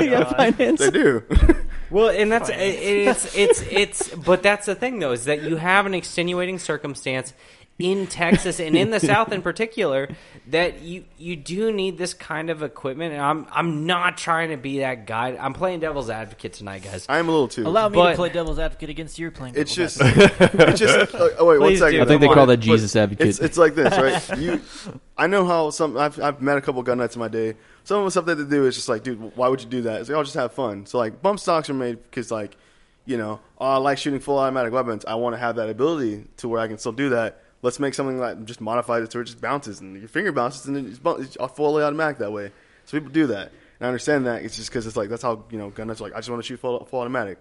Speaker 3: they do.
Speaker 5: Well, and that's it, it's it's it's but that's the thing though is that you have an extenuating circumstance in Texas and in the South in particular that you you do need this kind of equipment and I'm I'm not trying to be that guy. I'm playing devil's advocate tonight, guys.
Speaker 3: I am a little too.
Speaker 2: Allow me
Speaker 5: But-
Speaker 2: to play devil's advocate against your playing.
Speaker 3: it's
Speaker 2: devil's
Speaker 3: just, it's just. uh, oh wait, one
Speaker 5: Please
Speaker 3: second.
Speaker 5: do.
Speaker 1: I think they
Speaker 5: Come
Speaker 1: call
Speaker 5: on.
Speaker 1: that Jesus advocate.
Speaker 3: It's, it's like this, right? You, I know how some. I've, I've met a couple gun nuts in my day. Some of the stuff that they do is just like, dude, why would you do that? It's like, I'll just have fun. So like, bump stocks are made because like, you know, oh, I like shooting full automatic weapons. I want to have that ability to where I can still do that. Let's make something like just modified it to where it just bounces and your finger bounces and it's, bou- it's fully automatic that way. So people do that, and I understand that. It's just because it's like that's how you know gun nuts are like. I just want to shoot full, full automatic.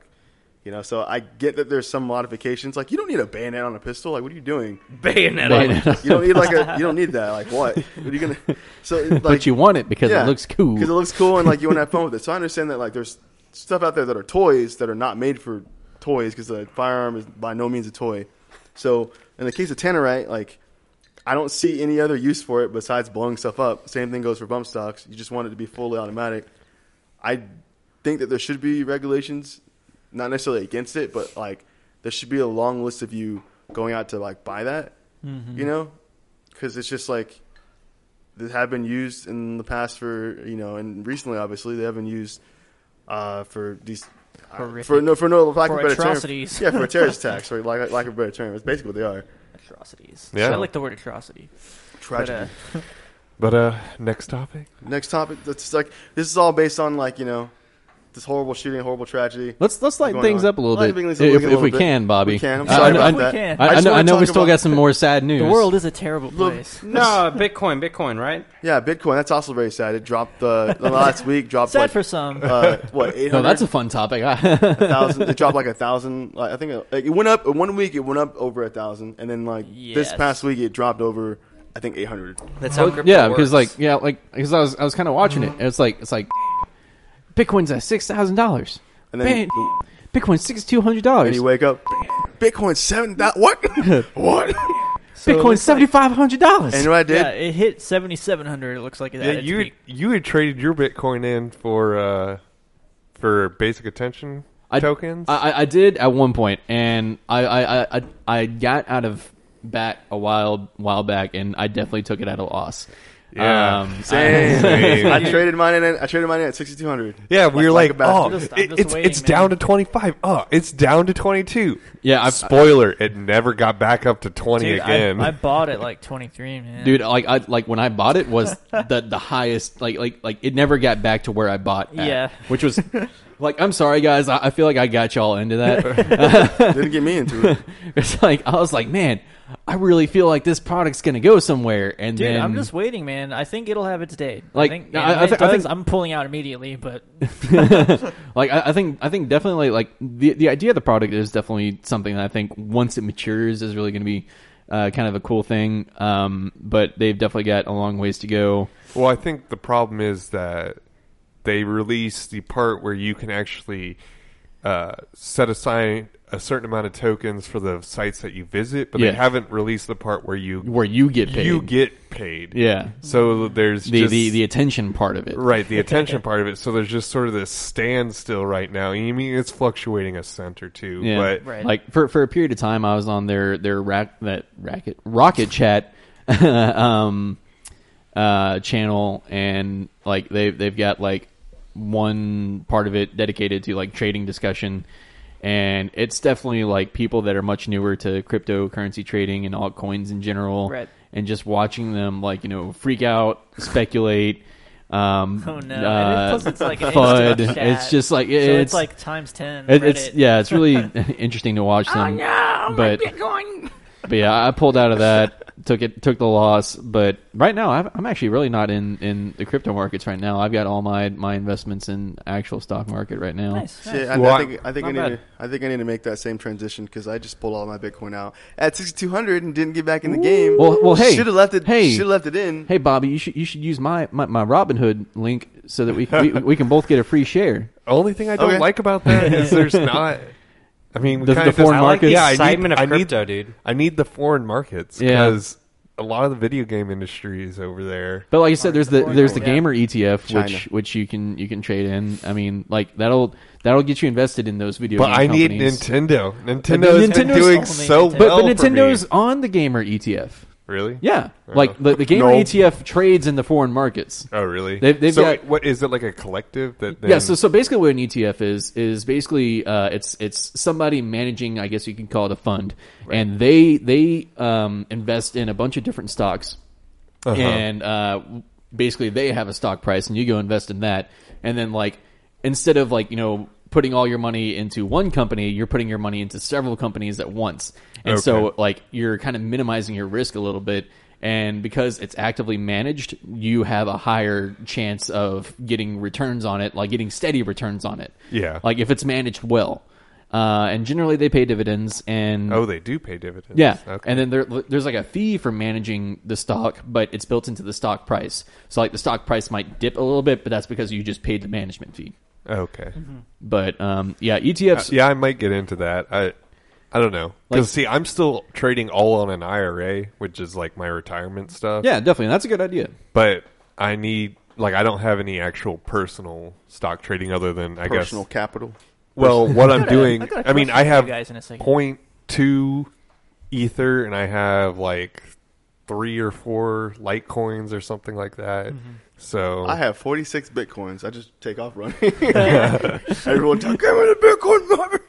Speaker 3: You know, so I get that there's some modifications. Like you don't need a bayonet on a pistol. Like what are you doing?
Speaker 5: Bayonet.
Speaker 1: Bayonet.
Speaker 3: you don't need like a you don't need that. Like what? What are you gonna? So like,
Speaker 1: but you want it because it looks cool.
Speaker 3: because it looks cool and like you want to have fun with it. So I understand that like there's stuff out there that are toys that are not made for toys because the firearm is by no means a toy. So in the case of Tannerite, like I don't see any other use for it besides blowing stuff up. Same thing goes for bump stocks. You just want it to be fully automatic. I think that there should be regulations, not necessarily against it, but like there should be a long list of you going out to like buy that, you know, because it's just like that have been used in the past for you know, and recently obviously they have been used uh, for these
Speaker 2: horrific
Speaker 3: for no for no lack
Speaker 2: For
Speaker 3: of better
Speaker 2: atrocities.
Speaker 3: term. Yeah, for a terrorist attack. Sorry, lack, lack of a better term. It's basically what they are.
Speaker 2: atrocities.
Speaker 4: Yeah.
Speaker 2: I like the word atrocity. But,
Speaker 3: Tragedy.
Speaker 2: uh,
Speaker 4: But uh, next topic.
Speaker 3: Next topic. That's like this is all based on like you know this horrible shooting, horrible tragedy.
Speaker 1: Let's let's lighten
Speaker 3: going
Speaker 1: things
Speaker 3: on.
Speaker 1: up a little
Speaker 3: Lighten
Speaker 1: bit
Speaker 3: things
Speaker 1: if,
Speaker 3: up a
Speaker 1: if
Speaker 3: little
Speaker 1: we
Speaker 3: bit.
Speaker 1: can, Bobby.
Speaker 3: We can. I'm
Speaker 1: I- I
Speaker 3: sorry
Speaker 1: know-
Speaker 2: I
Speaker 3: about
Speaker 2: think we
Speaker 3: that.
Speaker 1: I,
Speaker 2: can.
Speaker 3: just
Speaker 1: I know,
Speaker 3: wanna
Speaker 1: I know we
Speaker 3: talk
Speaker 1: still
Speaker 3: about-
Speaker 1: got some more sad news.
Speaker 2: the world is a terrible place.
Speaker 5: No, Bitcoin, Bitcoin, right?
Speaker 3: Yeah, Bitcoin. That's also very sad. It dropped uh, the last week. Dropped
Speaker 2: Sad
Speaker 3: like,
Speaker 2: for some.
Speaker 3: uh, what eight
Speaker 1: No,
Speaker 3: hundred
Speaker 1: that's a fun topic. I-
Speaker 3: thousand. It dropped like a thousand. Like, I think it, like, it went up in one week. It went up over a thousand, and then like this
Speaker 2: Yes.
Speaker 3: past week, it dropped over. I think eight hundred.
Speaker 5: That's how crypto
Speaker 1: yeah, because like
Speaker 5: works.
Speaker 1: yeah, like because I was I was kind of watching it.
Speaker 3: Mm-hmm.
Speaker 1: and It's like it's like Bitcoin's at six thousand dollars.
Speaker 3: And then
Speaker 1: Bitcoin's six two hundred
Speaker 3: and
Speaker 1: dollars.
Speaker 3: you wake up, Bitcoin seven. thou- what? what?
Speaker 2: So it
Speaker 1: Bitcoin's
Speaker 2: looks
Speaker 1: seventy five hundred dollars.
Speaker 3: And you know what I did?
Speaker 2: Yeah, it hit 7,700. It looks like it
Speaker 4: Yeah,
Speaker 2: added to
Speaker 4: you had,
Speaker 2: me.
Speaker 4: you had traded your Bitcoin in for uh, for basic attention
Speaker 1: I-
Speaker 4: tokens.
Speaker 1: I, I- I did at one point, and I I, I- I I got out of bat a while while back, and I definitely took it at a loss. Um,
Speaker 4: Yeah.
Speaker 3: Same.
Speaker 4: Same.
Speaker 3: I traded mine in. I traded mine in at sixty two hundred.
Speaker 4: yeah, we were
Speaker 3: like
Speaker 4: like,
Speaker 3: a bastard.
Speaker 4: oh,
Speaker 2: I'm just- I'm
Speaker 4: it-
Speaker 2: just
Speaker 4: it's
Speaker 2: waiting,
Speaker 4: it's
Speaker 2: man.
Speaker 4: down to twenty five. Oh, it's down to twenty two.
Speaker 1: Yeah, I've-
Speaker 4: spoiler, it never got back up to twenty
Speaker 2: Dude,
Speaker 4: again.
Speaker 2: I, I bought it like 23, man.
Speaker 1: dude like i like when i bought it was the the highest like like like it never got back to where i bought at,
Speaker 2: Yeah.
Speaker 1: which was like i'm sorry guys I, I feel like i got y'all into that
Speaker 3: Didn't get me into it.
Speaker 1: it's like i was like man i really feel like this product's gonna go somewhere and
Speaker 2: Dude,
Speaker 1: then
Speaker 2: I'm just waiting, man. I think it'll have its day.
Speaker 1: Like,
Speaker 2: I think,
Speaker 1: I-
Speaker 2: and when
Speaker 1: I
Speaker 2: it
Speaker 1: thi- I think-
Speaker 2: does, I'm pulling out immediately, but
Speaker 1: like I, I think I think definitely like the the idea of the product is definitely something that I think once it matures is really going to be uh, kind of a cool thing. Um, but they've definitely got a long ways to go.
Speaker 4: Well, I think the problem is that they released the part where you can actually uh, set aside a certain amount of tokens for the sites that you visit, but
Speaker 1: Yeah.
Speaker 4: they haven't released the part where you
Speaker 1: Where you get paid,
Speaker 4: you get paid.
Speaker 1: yeah.
Speaker 4: So there's
Speaker 1: The,
Speaker 4: just,
Speaker 1: the the attention part of it,
Speaker 4: right the attention part of it. So there's just sort of this standstill right now. I mean, it's fluctuating a cent or two,
Speaker 1: Yeah.
Speaker 4: but
Speaker 2: Right.
Speaker 1: Like for for a period of time, I was on their their rack that racket rocket chat um uh channel, and like they they've got like one part of it dedicated to like trading discussion. And it's definitely like people that are much newer to cryptocurrency trading and altcoins in general,
Speaker 2: Right.
Speaker 1: and just watching them like you know freak out, speculate. Um,
Speaker 2: oh no.
Speaker 1: uh,
Speaker 2: and it, plus, it's like an
Speaker 1: FUD.
Speaker 2: instant chat.
Speaker 1: It's just like
Speaker 2: so it's,
Speaker 1: it's
Speaker 2: like times 10.
Speaker 1: it, it's
Speaker 2: Reddit. Oh,
Speaker 1: yeah, it's really interesting to watch them. but but yeah, I pulled out of that, took it, took the loss. But right now, I've, I'm actually really not in in the crypto markets right now. I've got all my my investments in actual stock market right now.
Speaker 2: Nice. nice.
Speaker 3: Shit, I,
Speaker 4: Well,
Speaker 3: I
Speaker 4: I-
Speaker 3: think I think I
Speaker 1: not
Speaker 3: need
Speaker 1: bad.
Speaker 3: to, I think I need to make that same transition because I just pulled all my Bitcoin out at sixty two hundred and didn't get back in the game.
Speaker 1: Well- well, hey,
Speaker 3: should have left it.
Speaker 1: hey.
Speaker 3: should have left it in.
Speaker 1: Hey Bobby, you should you should use my my, my Robinhood link so that we, we we can both get a free share.
Speaker 4: only thing I don't
Speaker 3: Okay.
Speaker 4: like about that is there's not. I mean, we
Speaker 1: The-
Speaker 4: kinda
Speaker 1: the foreign
Speaker 4: just-
Speaker 1: I
Speaker 5: I
Speaker 1: like
Speaker 5: like
Speaker 1: the markets-
Speaker 5: the
Speaker 4: Yeah, I need-
Speaker 5: excitement
Speaker 4: I
Speaker 5: of
Speaker 4: need-
Speaker 5: crypto, dude.
Speaker 4: I need the foreign markets
Speaker 1: Yeah.
Speaker 4: because a lot of the video game industry is over there.
Speaker 1: But like I said, there's the there's the
Speaker 2: market.
Speaker 1: gamer ETF
Speaker 3: China.
Speaker 1: which which you can you can trade in. I mean, like that'll that'll get you invested in those video.
Speaker 4: But
Speaker 1: game
Speaker 4: I need
Speaker 1: companies.
Speaker 4: Nintendo. Nintendo has been
Speaker 1: Nintendo's
Speaker 4: doing
Speaker 2: only
Speaker 4: so
Speaker 2: Nintendo.
Speaker 1: But,
Speaker 4: well.
Speaker 1: but
Speaker 4: for me.
Speaker 1: Nintendo's on the gamer E ETF.
Speaker 4: really,
Speaker 1: Yeah,
Speaker 4: Oh.
Speaker 1: like the, the gamer
Speaker 4: No.
Speaker 1: ETF trades in the foreign markets.
Speaker 4: Oh, really?
Speaker 1: They've- they've
Speaker 4: so
Speaker 1: got-
Speaker 4: wait, what is it like a collective that? Then,
Speaker 1: Yeah, so so basically, what an ETF is is basically uh, it's it's somebody managing, I guess you could call it a fund, and they they um, invest in a bunch of different stocks,
Speaker 4: Uh-huh.
Speaker 1: and uh, basically they have a stock price, and you go invest in that, and then like instead of like you know putting all your money into one company, you're putting your money into several companies at once, and so
Speaker 4: Okay.
Speaker 1: like you're kind of minimizing your risk a little bit and because it's actively managed you have a higher chance of getting returns on it like getting steady returns on it
Speaker 4: Yeah.
Speaker 1: like if it's managed well uh, and generally they pay dividends and
Speaker 4: oh, they do pay dividends.
Speaker 1: yeah,
Speaker 4: Okay.
Speaker 1: and then there, there's like a fee for managing the stock, but it's built into the stock price. So like the stock price might dip a little bit, but that's because you just paid the management fee.
Speaker 4: okay.
Speaker 5: Mm-hmm.
Speaker 1: But um, yeah,
Speaker 4: Uh,
Speaker 1: ETFs.
Speaker 4: yeah, I might get into that. I, I don't know. Because
Speaker 1: Like-
Speaker 4: see, I'm still trading all on an IRA, which is like my retirement stuff.
Speaker 1: yeah, definitely. That's a good idea.
Speaker 4: But I need like I don't have any actual personal stock trading other than I guess
Speaker 3: Personal capital.
Speaker 4: Well, what I'm
Speaker 2: got a-
Speaker 4: doing,
Speaker 2: I've
Speaker 4: I,
Speaker 2: got a
Speaker 4: mean,
Speaker 2: question
Speaker 4: I
Speaker 2: for you
Speaker 4: have
Speaker 2: guys in a second.
Speaker 4: point two ether, and I have like three or four Litecoins or something like that.
Speaker 3: Mm-hmm.
Speaker 4: So
Speaker 3: I have 46 bitcoins. I just take off running. Everyone, talk, give me the bitcoin, mother.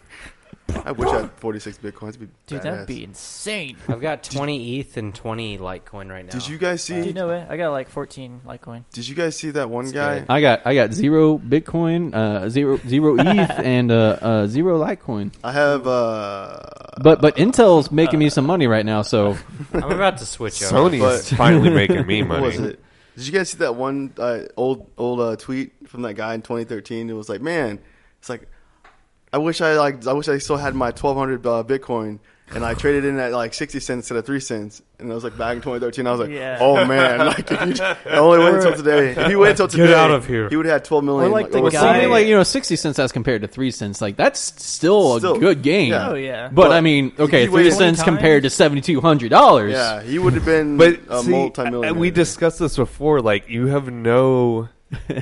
Speaker 3: I wish I had 46 bitcoins. It'd be
Speaker 2: Dude,
Speaker 3: badass.
Speaker 2: that'd be insane.
Speaker 5: I've got 20 ETH and 20 Litecoin right now.
Speaker 3: Did you guys see?
Speaker 2: Do you know it? I got like 14 Litecoin.
Speaker 3: Did you guys see that one guy?
Speaker 5: good.
Speaker 1: I got I got zero Bitcoin, uh, zero zero ETH, and uh, uh, zero Litecoin.
Speaker 3: I have. uh
Speaker 1: But but Intel's making me some money right now, so
Speaker 5: I'm about to switch over.
Speaker 4: Sony's
Speaker 3: But-
Speaker 4: finally making me
Speaker 3: What
Speaker 4: money.
Speaker 3: was it? Did you guys see that one uh, old old uh, tweet from that guy in 2013? It was like, man, it's like, I wish I like, I wish I still had my 1,200 uh, Bitcoin, and I traded in at like 60 cents instead of three cents. And I was like, back in 2013, I was like,
Speaker 2: Yeah.
Speaker 3: oh man, like, if you, I only waited until today. If you waited until
Speaker 4: Get
Speaker 3: today,
Speaker 4: out of here.
Speaker 3: he would have had 12 million.
Speaker 2: Or like the
Speaker 3: over-
Speaker 1: So I
Speaker 2: guy-
Speaker 1: mean, like you know, sixty cents as compared to three cents, like that's still,
Speaker 3: Still,
Speaker 1: a good gain.
Speaker 3: yeah.
Speaker 2: Oh, yeah.
Speaker 1: But,
Speaker 3: But
Speaker 1: I mean, okay,
Speaker 3: you
Speaker 1: three
Speaker 3: waited
Speaker 1: cents
Speaker 2: 20
Speaker 1: compared to seventy two hundred dollars.
Speaker 3: yeah, he would have been
Speaker 4: But
Speaker 3: Mm-hmm. a
Speaker 4: see,
Speaker 3: multi-millionaire.
Speaker 4: I- we discussed this before. Like you have no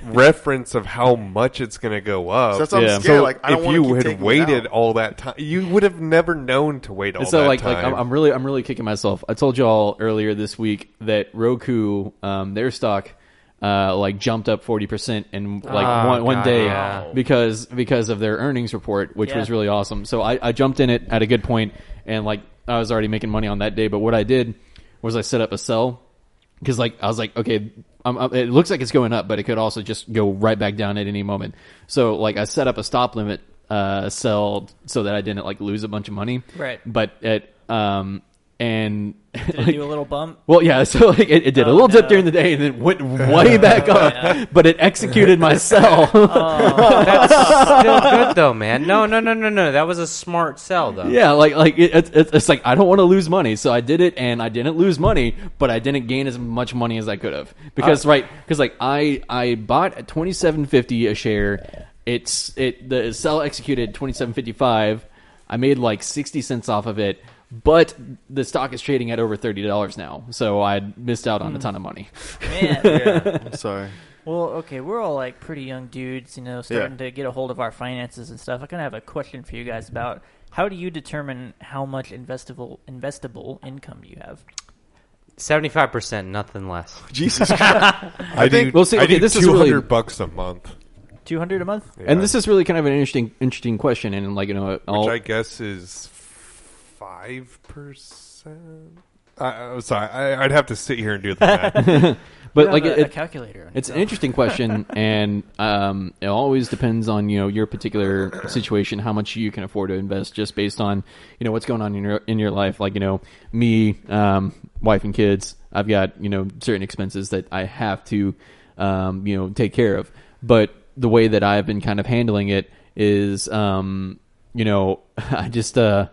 Speaker 4: reference of how much it's going to go up.
Speaker 3: So that's what
Speaker 1: Yeah.
Speaker 3: I'm scared.
Speaker 4: So
Speaker 3: like, I don't
Speaker 4: if
Speaker 3: wanna
Speaker 4: you
Speaker 3: keep
Speaker 4: had
Speaker 3: taking it
Speaker 4: waited
Speaker 3: out.
Speaker 4: all that time, you would have never known to wait all
Speaker 1: And so
Speaker 4: that
Speaker 1: like
Speaker 4: time.
Speaker 1: like I'm, I'm really I'm really kicking myself. I told y'all earlier this week that Roku, um, their stock, uh, like jumped up forty percent in like
Speaker 5: Oh,
Speaker 1: one one
Speaker 5: God,
Speaker 1: day
Speaker 5: yeah.
Speaker 1: because because of their earnings report, which
Speaker 2: Yeah.
Speaker 1: was really awesome. So I, I jumped in it at a good point, and like I was already making money on that day. But what I did was I set up a sell because like I was like, okay, I'm, i it looks like it's going up, but it could also just go right back down at any moment. So like I set up a stop limit uh, sell so that I didn't like lose a bunch of money.
Speaker 2: Right.
Speaker 1: But it um and
Speaker 2: Did it
Speaker 1: like-
Speaker 2: do a little bump?
Speaker 1: well, yeah. So like it, it did a
Speaker 2: Oh,
Speaker 1: little dip
Speaker 2: no.
Speaker 1: during the day and then went way back up, but it executed my sell.
Speaker 2: Oh,
Speaker 5: Still good though, man. No, no, no, no, no. That was a smart sell though.
Speaker 1: Yeah, like like it, it's it's it's like I don't want to lose money, so I did it, and I didn't lose money, but I didn't gain as much money as I could have because right because like I I bought at twenty seven fifty a share, it's it the sell executed twenty seven fifty five, I made like sixty cents off of it, but the stock is trading at over thirty dollars now, so I missed out on a ton of money.
Speaker 2: Man.
Speaker 3: I'm sorry.
Speaker 2: Well, okay, we're all like pretty young dudes, you know, starting to get a hold of our finances and stuff. I kind of have a question for you guys about how do you determine how much investable investable income you have?
Speaker 5: 75%, nothing less.
Speaker 3: Jesus Christ.
Speaker 4: I
Speaker 3: think-
Speaker 4: do,
Speaker 1: Well, see,
Speaker 4: I
Speaker 1: okay,
Speaker 4: do
Speaker 1: this is
Speaker 4: 200
Speaker 1: really-
Speaker 4: bucks a month,
Speaker 2: Two hundred a month?
Speaker 1: And this is really kind of an interesting interesting question, and like you know, I'll,
Speaker 4: which I guess is five percent. I'm sorry, I, I'd have to sit here and do the math.
Speaker 1: but
Speaker 2: You
Speaker 1: like
Speaker 2: have
Speaker 1: it,
Speaker 2: a, a
Speaker 1: it-
Speaker 2: calculator.
Speaker 1: It's an interesting question, and um, it always depends on you know your particular situation, how much you can afford to invest, just based on you know what's going on in your in your life. Like you know, me, um, wife and kids, I've got you know certain expenses that I have to um, you know take care of. But the way that I've been kind of handling it is, um, you know, I just uh,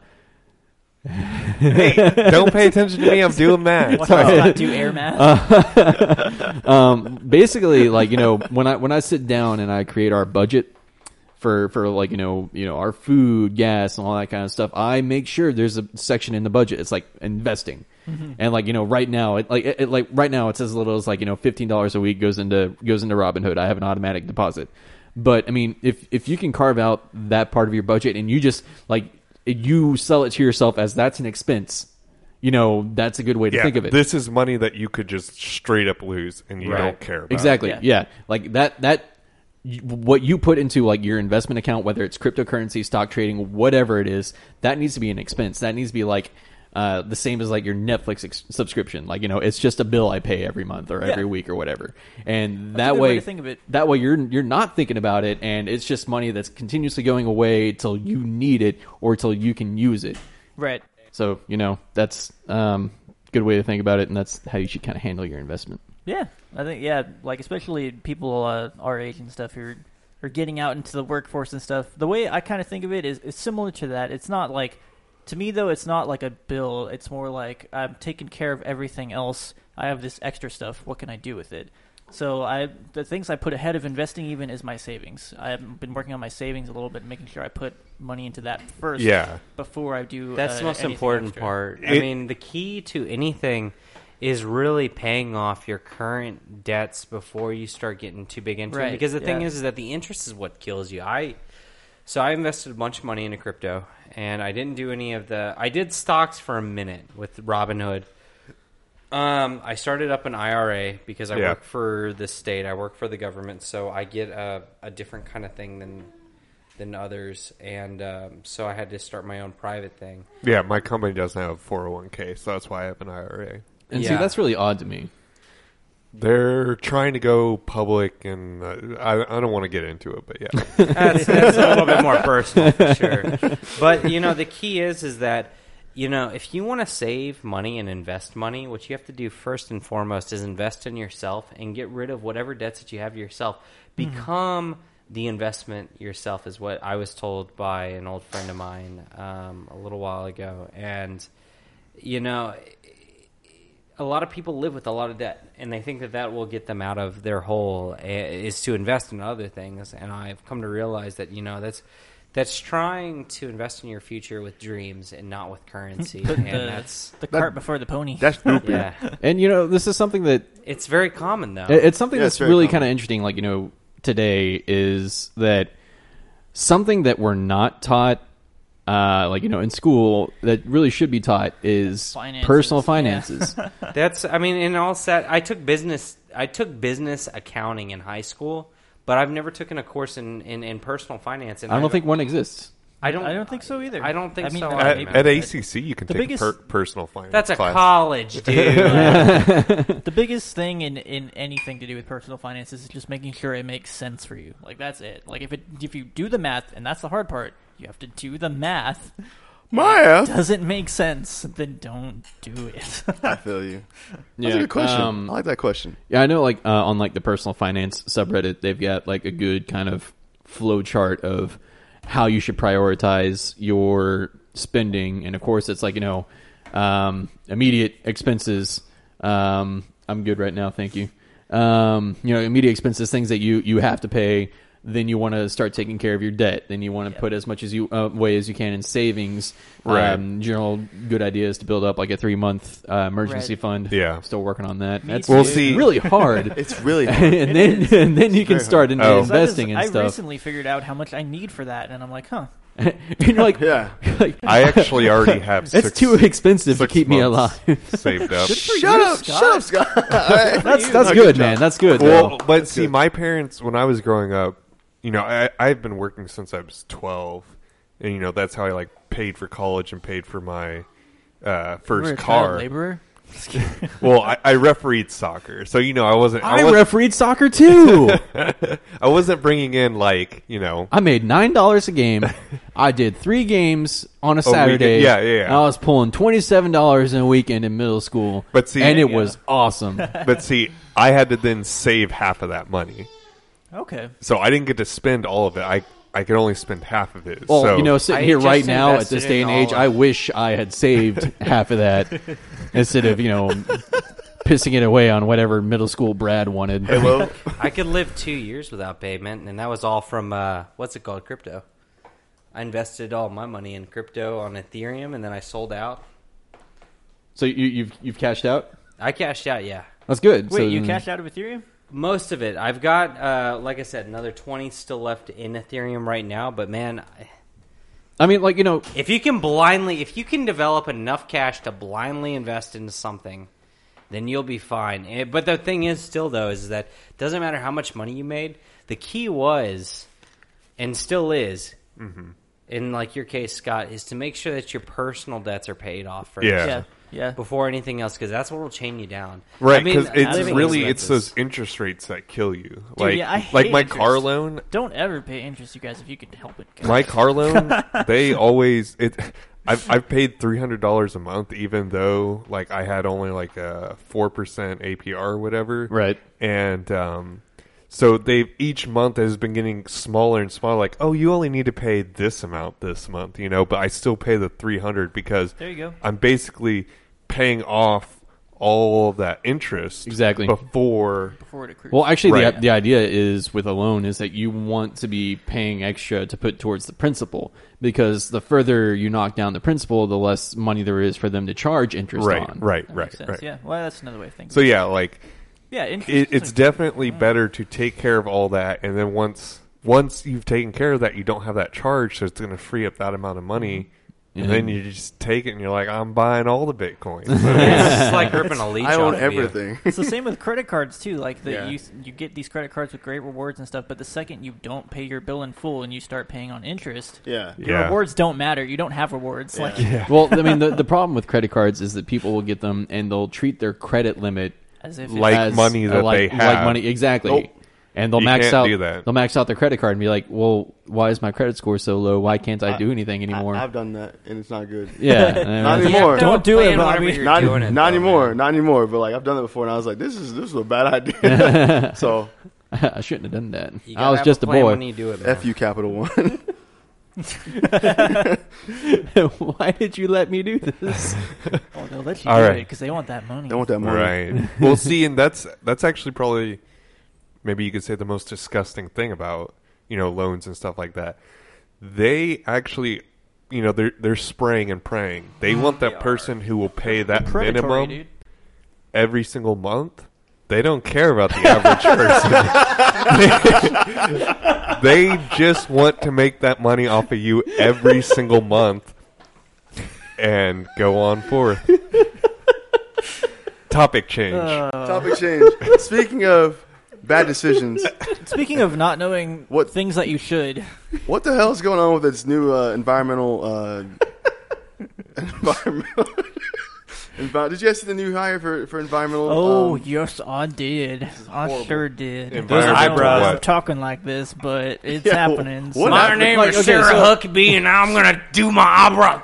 Speaker 4: Don't pay attention to me. I'm doing math.
Speaker 2: Watch us not do air math.
Speaker 1: Uh, um, basically like you know when I when I sit down and I create our budget for for like you know you know our food, gas, and all that kind of stuff, I make sure there's a section in the budget. It's like investing, and like you know right now it like it, it- like right now it's as little as like you know fifteen dollars a week goes into goes into Robinhood. I have an automatic deposit, but I mean if if you can carve out that part of your budget and you just like you sell it to yourself as that's an expense. You know, that's a good way to
Speaker 4: Yeah,
Speaker 1: think of it.
Speaker 4: this is money that you could just straight up lose, and you
Speaker 5: Right.
Speaker 4: don't care about.
Speaker 1: Exactly.
Speaker 2: Yeah.
Speaker 1: Yeah. Like that. That y- what you put into like your investment account, whether it's cryptocurrency, stock trading, whatever it is, that needs to be an expense. That needs to be like. Uh, the same as like your Netflix ex- subscription, like you know, it's just a bill I pay every month or every
Speaker 2: Yeah.
Speaker 1: week or whatever, and
Speaker 2: a
Speaker 1: that
Speaker 2: good
Speaker 1: way,
Speaker 2: way to think of it.
Speaker 1: that way you're you're not thinking about it, and it's just money that's continuously going away till you need it or till you can use it.
Speaker 2: right.
Speaker 1: So you know that's um good way to think about it, and that's how you should kind of handle your investment.
Speaker 2: Yeah, I think yeah, like especially people uh, our age and stuff who are, are getting out into the workforce and stuff. The way I kind of think of it is, is similar to that. It's not like to me though. It's not like a bill. It's more like I'm taking care of everything else. I have this extra stuff. What can I do with it? So I the things I put ahead of investing even is my savings. I've been working on my savings a little bit, making sure I put money into that first.
Speaker 4: Yeah.
Speaker 2: Before I do.
Speaker 5: That's
Speaker 2: uh,
Speaker 5: the most
Speaker 2: anything
Speaker 5: important
Speaker 2: extra.
Speaker 5: part. I
Speaker 4: It-
Speaker 5: mean, the key to anything is really paying off your current debts before you start getting too big into
Speaker 2: Right,
Speaker 5: it. Because the thing
Speaker 2: yeah.
Speaker 5: is, is that the interest is what kills you. I so I invested a bunch of money into crypto, and I didn't do any of the. I did stocks for a minute with Robinhood, Um, I started up an IRA because I
Speaker 4: Yeah.
Speaker 5: work for the state. I work for the government, so I get a, a different kind of thing than than others, and um, so I had to start my own private thing.
Speaker 4: Yeah, my company doesn't have a 401k, so that's why I have an IRA.
Speaker 1: And see,
Speaker 5: Yeah.
Speaker 1: that's really odd to me.
Speaker 4: They're trying to go public, and uh, I, I don't want to get into it, but yeah.
Speaker 5: that's, that's a little bit more personal for sure. But you know, the key is is that you know if you want to save money and invest money, what you have to do first and foremost is invest in yourself and get rid of whatever debts that you have to yourself. Become the investment yourself is what I was told by an old friend of mine um, a little while ago, and you know a lot of people live with a lot of debt and they think that that will get them out of their hole eh, is to invest in other things and i've come to realize that you know that's that's trying to invest in your future with dreams and not with currency
Speaker 2: Put
Speaker 5: and
Speaker 2: the,
Speaker 5: that's
Speaker 2: the cart before the pony.
Speaker 3: That's stupid.
Speaker 5: yeah
Speaker 1: And you know, this is something that
Speaker 5: it's very common though
Speaker 1: It- It's something
Speaker 3: Yeah, it's
Speaker 1: that's
Speaker 3: very
Speaker 1: really
Speaker 3: common.
Speaker 1: kind of interesting. Like you know, today is that something that we're not taught, uh, like you know, in school that really should be taught is
Speaker 2: Finances,
Speaker 1: personal
Speaker 2: yeah.
Speaker 1: finances.
Speaker 5: That's I mean, in all set, I took business. I took business accounting in high school, but I've never taken a course in in, in personal finance. And
Speaker 1: I don't think one exists.
Speaker 5: I don't.
Speaker 2: I don't think so either.
Speaker 5: I don't think
Speaker 2: I mean,
Speaker 5: so.
Speaker 2: the-
Speaker 4: at,
Speaker 5: either.
Speaker 2: maybe-
Speaker 4: at ACC, you can
Speaker 2: The
Speaker 4: take
Speaker 2: biggest-
Speaker 4: a per- personal finance
Speaker 5: That's a
Speaker 4: class.
Speaker 5: college, dude.
Speaker 2: the biggest thing in, in anything to do with personal finances is just making sure it makes sense for you. Like that's it. Like if it if you do the math, and that's the hard part, you have to do the math.
Speaker 3: Maya,
Speaker 2: Doesn't make sense, then don't do it.
Speaker 3: I feel you.
Speaker 1: Yeah.
Speaker 3: That's a good question.
Speaker 1: Um,
Speaker 3: I like that question.
Speaker 1: Yeah, I know. Like uh, on like the personal finance subreddit, they've got like a good kind of flow chart of how you should prioritize your spending, and of course, it's like you know, um, immediate expenses. Um, I'm good right now, thank you. Um, you know, immediate expenses, things that you you have to pay. Then you want to start taking care of your debt. Then you want to
Speaker 2: Yep.
Speaker 1: put as much as you uh, away as you can in savings.
Speaker 4: Right.
Speaker 1: Um, general good ideas to build up like a three month uh, emergency
Speaker 2: Right.
Speaker 1: fund.
Speaker 4: Yeah.
Speaker 1: still working on that.
Speaker 2: Me
Speaker 1: That's
Speaker 2: too. We'll
Speaker 4: see.
Speaker 1: really hard
Speaker 3: It's really hard.
Speaker 1: and then and then you can start into
Speaker 4: Oh.
Speaker 2: So I just-
Speaker 1: investing
Speaker 2: I
Speaker 1: and stuff.
Speaker 2: recently figured out how much I need for that, and I'm like, huh.
Speaker 1: and you're like,
Speaker 3: Yeah.
Speaker 1: you're like,
Speaker 4: I actually already have.
Speaker 1: that's
Speaker 4: six,
Speaker 1: too expensive to
Speaker 4: six
Speaker 1: keep me
Speaker 4: months
Speaker 1: alive.
Speaker 4: saved up.
Speaker 3: Shut up, shut up, Scott. All right.
Speaker 1: that's that's
Speaker 3: No,
Speaker 1: good,
Speaker 3: job.
Speaker 1: man. That's good.
Speaker 4: Well,
Speaker 1: though.
Speaker 4: but see, my parents when I was growing up, you know, I, I've been working since I was twelve, and you know that's how I like paid for college and paid for my uh, first
Speaker 2: We're a child
Speaker 4: car.
Speaker 2: laborer.
Speaker 4: Well, I, I refereed soccer, so you know I wasn't. I,
Speaker 1: I
Speaker 4: wasn't,
Speaker 1: refereed soccer too.
Speaker 4: I wasn't bringing in like you know.
Speaker 1: I made nine dollars a game. I did three games on a
Speaker 4: we
Speaker 1: Saturday.
Speaker 4: did- yeah, yeah, yeah.
Speaker 1: And I was pulling twenty seven dollars in a weekend in middle school.
Speaker 4: But see-
Speaker 1: and it
Speaker 4: Yeah.
Speaker 1: was awesome.
Speaker 4: But see, I had to then save half of that money,
Speaker 2: Okay.
Speaker 4: so I didn't get to spend all of it. I I could only spend half of it.
Speaker 1: Well,
Speaker 4: so,
Speaker 1: you know, sitting
Speaker 5: I
Speaker 1: here
Speaker 5: just
Speaker 1: right now at this
Speaker 5: invested
Speaker 1: day
Speaker 5: in
Speaker 1: and age,
Speaker 5: all
Speaker 1: I
Speaker 5: of-
Speaker 1: wish I had saved half of that instead of you know pissing it away on whatever middle school Brad wanted.
Speaker 3: Hello.
Speaker 5: I could live two years without payment, and that was all from uh, what's it called, crypto. I invested all my money in crypto on Ethereum, and then I sold out.
Speaker 1: So you, you've you've cashed out.
Speaker 5: I cashed out. Yeah,
Speaker 1: That's good.
Speaker 2: Wait,
Speaker 1: so,
Speaker 2: you cashed out of Ethereum?
Speaker 5: most of it. I've got, uh, like I said, another twenty still left in Ethereum right now. But man, I-
Speaker 1: I mean, like you know,
Speaker 5: if you can blindly, if you can develop enough cash to blindly invest into something, then you'll be fine. Eh, But the thing is, still though, is that it doesn't matter how much money you made. The key was, and still is,
Speaker 4: Mm-hmm.
Speaker 5: in like your case, Scott, is to make sure that your personal debts are paid off first.
Speaker 4: Yeah.
Speaker 2: Yeah. Yeah.
Speaker 5: Before anything else, because that's what will chain you down.
Speaker 4: Right,
Speaker 5: I mean,
Speaker 4: because it's
Speaker 5: living
Speaker 4: really it's
Speaker 5: expenses.
Speaker 4: those interest rates that kill you. like
Speaker 2: yeah, I
Speaker 4: like
Speaker 2: hate
Speaker 4: my
Speaker 2: interest.
Speaker 4: car loan,
Speaker 2: Don't ever pay interest, you guys, if you can help it.
Speaker 4: my car loan, they always it. I've I've paid three hundred dollars a month, even though like I had only like a four percent APR or whatever.
Speaker 1: Right.
Speaker 4: and um, so they've each month has been getting smaller and smaller. Like, oh, you only need to pay this amount this month, you know. But I still pay the three hundred because
Speaker 2: There you go.
Speaker 4: I'm basically paying off all that interest
Speaker 1: Exactly.
Speaker 4: before
Speaker 2: Before it accrues.
Speaker 1: well, actually, the
Speaker 4: Right.
Speaker 1: the idea is with a loan is that you want to be paying extra to put towards the principal because the further you knock down the principal, the less money there is for them to charge interest
Speaker 4: right,
Speaker 1: on.
Speaker 4: right,
Speaker 2: That
Speaker 4: right,
Speaker 2: makes sense.
Speaker 4: right.
Speaker 2: Yeah. Well, that's another way of thinking.
Speaker 4: So yeah, like
Speaker 2: yeah, interest.
Speaker 4: it, it's
Speaker 2: is-
Speaker 4: definitely better to take care of all that, and then once once you've taken care of that, you don't have that charge, so it's going to free up that amount of money And then you just take it and you're like, I'm buying all the Bitcoin.
Speaker 5: it's just like ripping a leech
Speaker 3: I
Speaker 5: off
Speaker 3: own
Speaker 5: of you.
Speaker 3: everything.
Speaker 2: It's the same with credit cards too. Like the,
Speaker 3: Yeah.
Speaker 2: you you get these credit cards with great rewards and stuff, but the second you don't pay your bill in full and you start paying on interest,
Speaker 3: yeah.
Speaker 2: your rewards don't matter. You don't have rewards. Like
Speaker 4: Yeah.
Speaker 1: well, I mean, the, the problem with credit cards is that people will get them and they'll treat their credit limit
Speaker 2: as if
Speaker 4: Like
Speaker 2: it's,
Speaker 1: as
Speaker 4: money
Speaker 1: a
Speaker 4: that
Speaker 1: like,
Speaker 4: they
Speaker 1: like
Speaker 4: have.
Speaker 1: money exactly.
Speaker 3: Nope.
Speaker 1: And they'll
Speaker 4: You
Speaker 1: max
Speaker 4: can't
Speaker 1: out.
Speaker 4: do that.
Speaker 1: They'll max out their credit card and be like, "Well, why is my credit score so low? Why can't I,
Speaker 3: I-
Speaker 1: do anything
Speaker 3: I,
Speaker 1: anymore?"
Speaker 3: have done that, and it's not good.
Speaker 1: yeah, and
Speaker 3: Not
Speaker 1: it's-
Speaker 5: You have
Speaker 3: anymore.
Speaker 5: to
Speaker 3: Don't
Speaker 5: plan
Speaker 6: do it,
Speaker 5: whatever
Speaker 6: Bobby.
Speaker 5: you're
Speaker 3: not
Speaker 5: doing it,
Speaker 3: not
Speaker 5: though,
Speaker 3: anymore,
Speaker 5: man.
Speaker 3: not anymore. But like I've done it before, and I was like, this is this was a bad idea. so
Speaker 1: I shouldn't have done that.
Speaker 5: You
Speaker 1: I
Speaker 5: gotta
Speaker 1: was
Speaker 5: have
Speaker 1: just a
Speaker 5: plan
Speaker 1: boy.
Speaker 5: When you do it, man.
Speaker 3: f you, Capital One.
Speaker 1: why did you let me do this?
Speaker 2: oh, they'll let you
Speaker 4: All
Speaker 2: do
Speaker 4: right.
Speaker 2: because they want that money.
Speaker 3: Don't want that money.
Speaker 4: Right. well, see, and that's that's actually probably maybe you could say the most disgusting thing about you know loans and stuff like that. They actually, you know, they're they're spraying and praying. They want that person who will pay that
Speaker 2: Predatory,
Speaker 4: minimum
Speaker 2: dude.
Speaker 4: every single month. They don't care about the average person. they just want to make that money off of you every single month and go on forth. Topic change.
Speaker 3: Uh, Topic change. Speaking of bad decisions,
Speaker 2: Speaking of not knowing
Speaker 3: What- Um,
Speaker 2: things that you should,
Speaker 3: what the hell is going on with this new uh, environmental uh, environmental? envi- Did you guys see the new hire for for environmental?
Speaker 2: oh
Speaker 3: um,
Speaker 2: yes, I did. I
Speaker 3: horrible.
Speaker 2: sure did. I
Speaker 4: Those
Speaker 2: don't know why
Speaker 4: eyebrows.
Speaker 2: I'm talking like this, but it's
Speaker 3: Yeah,
Speaker 2: happening.
Speaker 3: what
Speaker 2: so-
Speaker 3: happened?
Speaker 5: My name
Speaker 1: Like,
Speaker 5: is
Speaker 1: okay,
Speaker 5: Sarah
Speaker 1: so-
Speaker 5: Huckabee, and I'm gonna do my opera.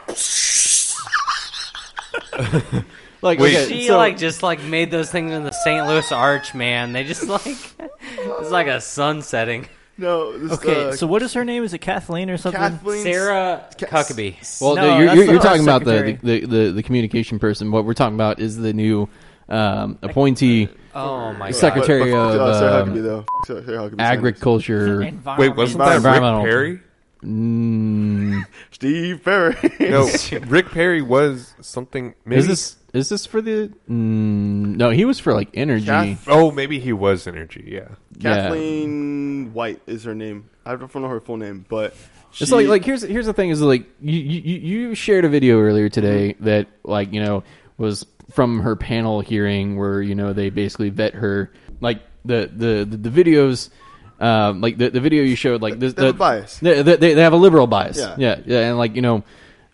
Speaker 1: Like,
Speaker 4: Wait.
Speaker 1: okay,
Speaker 5: She
Speaker 1: so-
Speaker 5: like just like made those things in the St. Louis Arch, man. They just like it's like a sun setting.
Speaker 3: no. This,
Speaker 2: okay,
Speaker 3: uh,
Speaker 2: so what is her name? Is it Kathleen or something?
Speaker 3: Kathleen
Speaker 5: Sarah
Speaker 3: Ca-
Speaker 5: Huckabee.
Speaker 1: Well,
Speaker 2: No,
Speaker 1: no, you're,
Speaker 2: that's
Speaker 1: you're,
Speaker 2: the
Speaker 1: you're talking
Speaker 2: first
Speaker 1: about the
Speaker 2: secretary.
Speaker 1: the, the the communication person. What we're talking about is the new um, appointee
Speaker 5: Oh my god.
Speaker 1: Secretary- Secretary
Speaker 3: But- but-
Speaker 1: of,
Speaker 3: uh, Sarah
Speaker 1: um,
Speaker 3: Huckabee though. Sarah Huckabee.
Speaker 1: agriculture.
Speaker 2: Environment.
Speaker 4: Wait, wasn't
Speaker 3: Environmental.
Speaker 4: that
Speaker 1: Environmental.
Speaker 4: Rick Perry?
Speaker 1: Mm,
Speaker 3: Steve Perry.
Speaker 4: No, Rick Perry was something. Maybe,
Speaker 1: is this is this for the? Mm, no, he was for like energy.
Speaker 3: Kath-
Speaker 4: Oh, maybe he was Energy. Yeah,
Speaker 1: Yeah.
Speaker 3: Kathleen White is her name. I don't know her full name, but she,
Speaker 1: It's like like here's here's the thing is like you you, you shared a video earlier today
Speaker 3: Mm-hmm.
Speaker 1: that like you know was from her panel hearing where you know they basically vet her like the the the, the videos. Um, like the, the video you showed, like this,
Speaker 3: They have
Speaker 1: the-
Speaker 3: a bias.
Speaker 1: They, they, they have a liberal bias.
Speaker 3: Yeah.
Speaker 1: yeah, yeah, and like you know,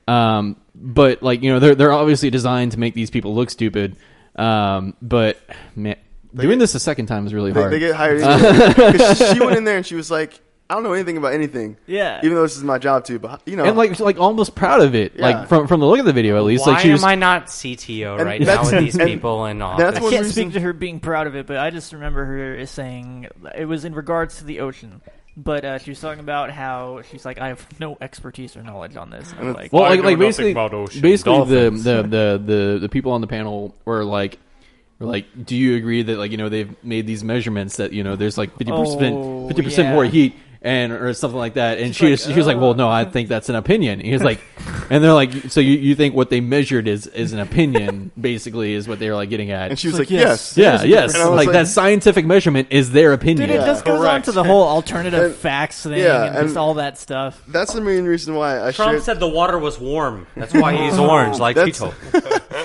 Speaker 1: um, but like you know, they're they're obviously designed to make these people look stupid. Um, but man, doing
Speaker 3: get-
Speaker 1: this a second time is really
Speaker 3: they,
Speaker 1: hard.
Speaker 3: they get hired. anyway. 'Cause she went in there and she was like, "I don't know anything about anything."
Speaker 2: Yeah.
Speaker 3: Even though this is my job too, but you know,
Speaker 1: and like like almost proud of it,
Speaker 3: Yeah.
Speaker 1: like from from the look of the video at least.
Speaker 5: Why
Speaker 1: like she was,
Speaker 5: am I not CTO
Speaker 3: And
Speaker 5: right now
Speaker 3: that's-
Speaker 5: with these
Speaker 3: and
Speaker 5: people in office?
Speaker 3: that's
Speaker 2: I
Speaker 3: what-
Speaker 2: can't
Speaker 3: reason-
Speaker 2: speak to her being proud of it, but I just remember her as saying it was in regards to the ocean. But uh, she was talking about how she's like, I have no expertise or knowledge on this. And I'm like,
Speaker 1: well,
Speaker 6: I
Speaker 1: like,
Speaker 6: know
Speaker 1: like
Speaker 6: nothing
Speaker 1: basically,
Speaker 6: about ocean
Speaker 1: basically the,
Speaker 6: dolphins.
Speaker 1: the, the, the, the people on the panel were like, were like, do you agree that like you know they've made these measurements that you know there's like fifty
Speaker 2: Oh,
Speaker 1: percent fifty percent more
Speaker 2: yeah.
Speaker 1: heat and or something like that, and
Speaker 2: She's
Speaker 1: she
Speaker 2: like,
Speaker 1: was, she was like, well, no,
Speaker 3: oh.
Speaker 1: I think that's an opinion. And he was like, and they're like, so you, you think what they measured is is an opinion, basically, is what they were like getting at.
Speaker 3: and she was like, "Yes."
Speaker 1: yeah, yes,
Speaker 3: And I was
Speaker 1: like,
Speaker 3: like-
Speaker 1: that scientific measurement is their opinion.
Speaker 2: dude, it just goes on
Speaker 6: Correct.
Speaker 2: to the whole alternative
Speaker 3: And-
Speaker 2: facts thing
Speaker 3: yeah,
Speaker 2: and,
Speaker 3: and-
Speaker 2: just all that stuff.
Speaker 3: That's the main reason why I
Speaker 5: Trump
Speaker 3: shared.
Speaker 5: said the water was warm. That's why he's orange, like
Speaker 3: That's-
Speaker 5: Tito.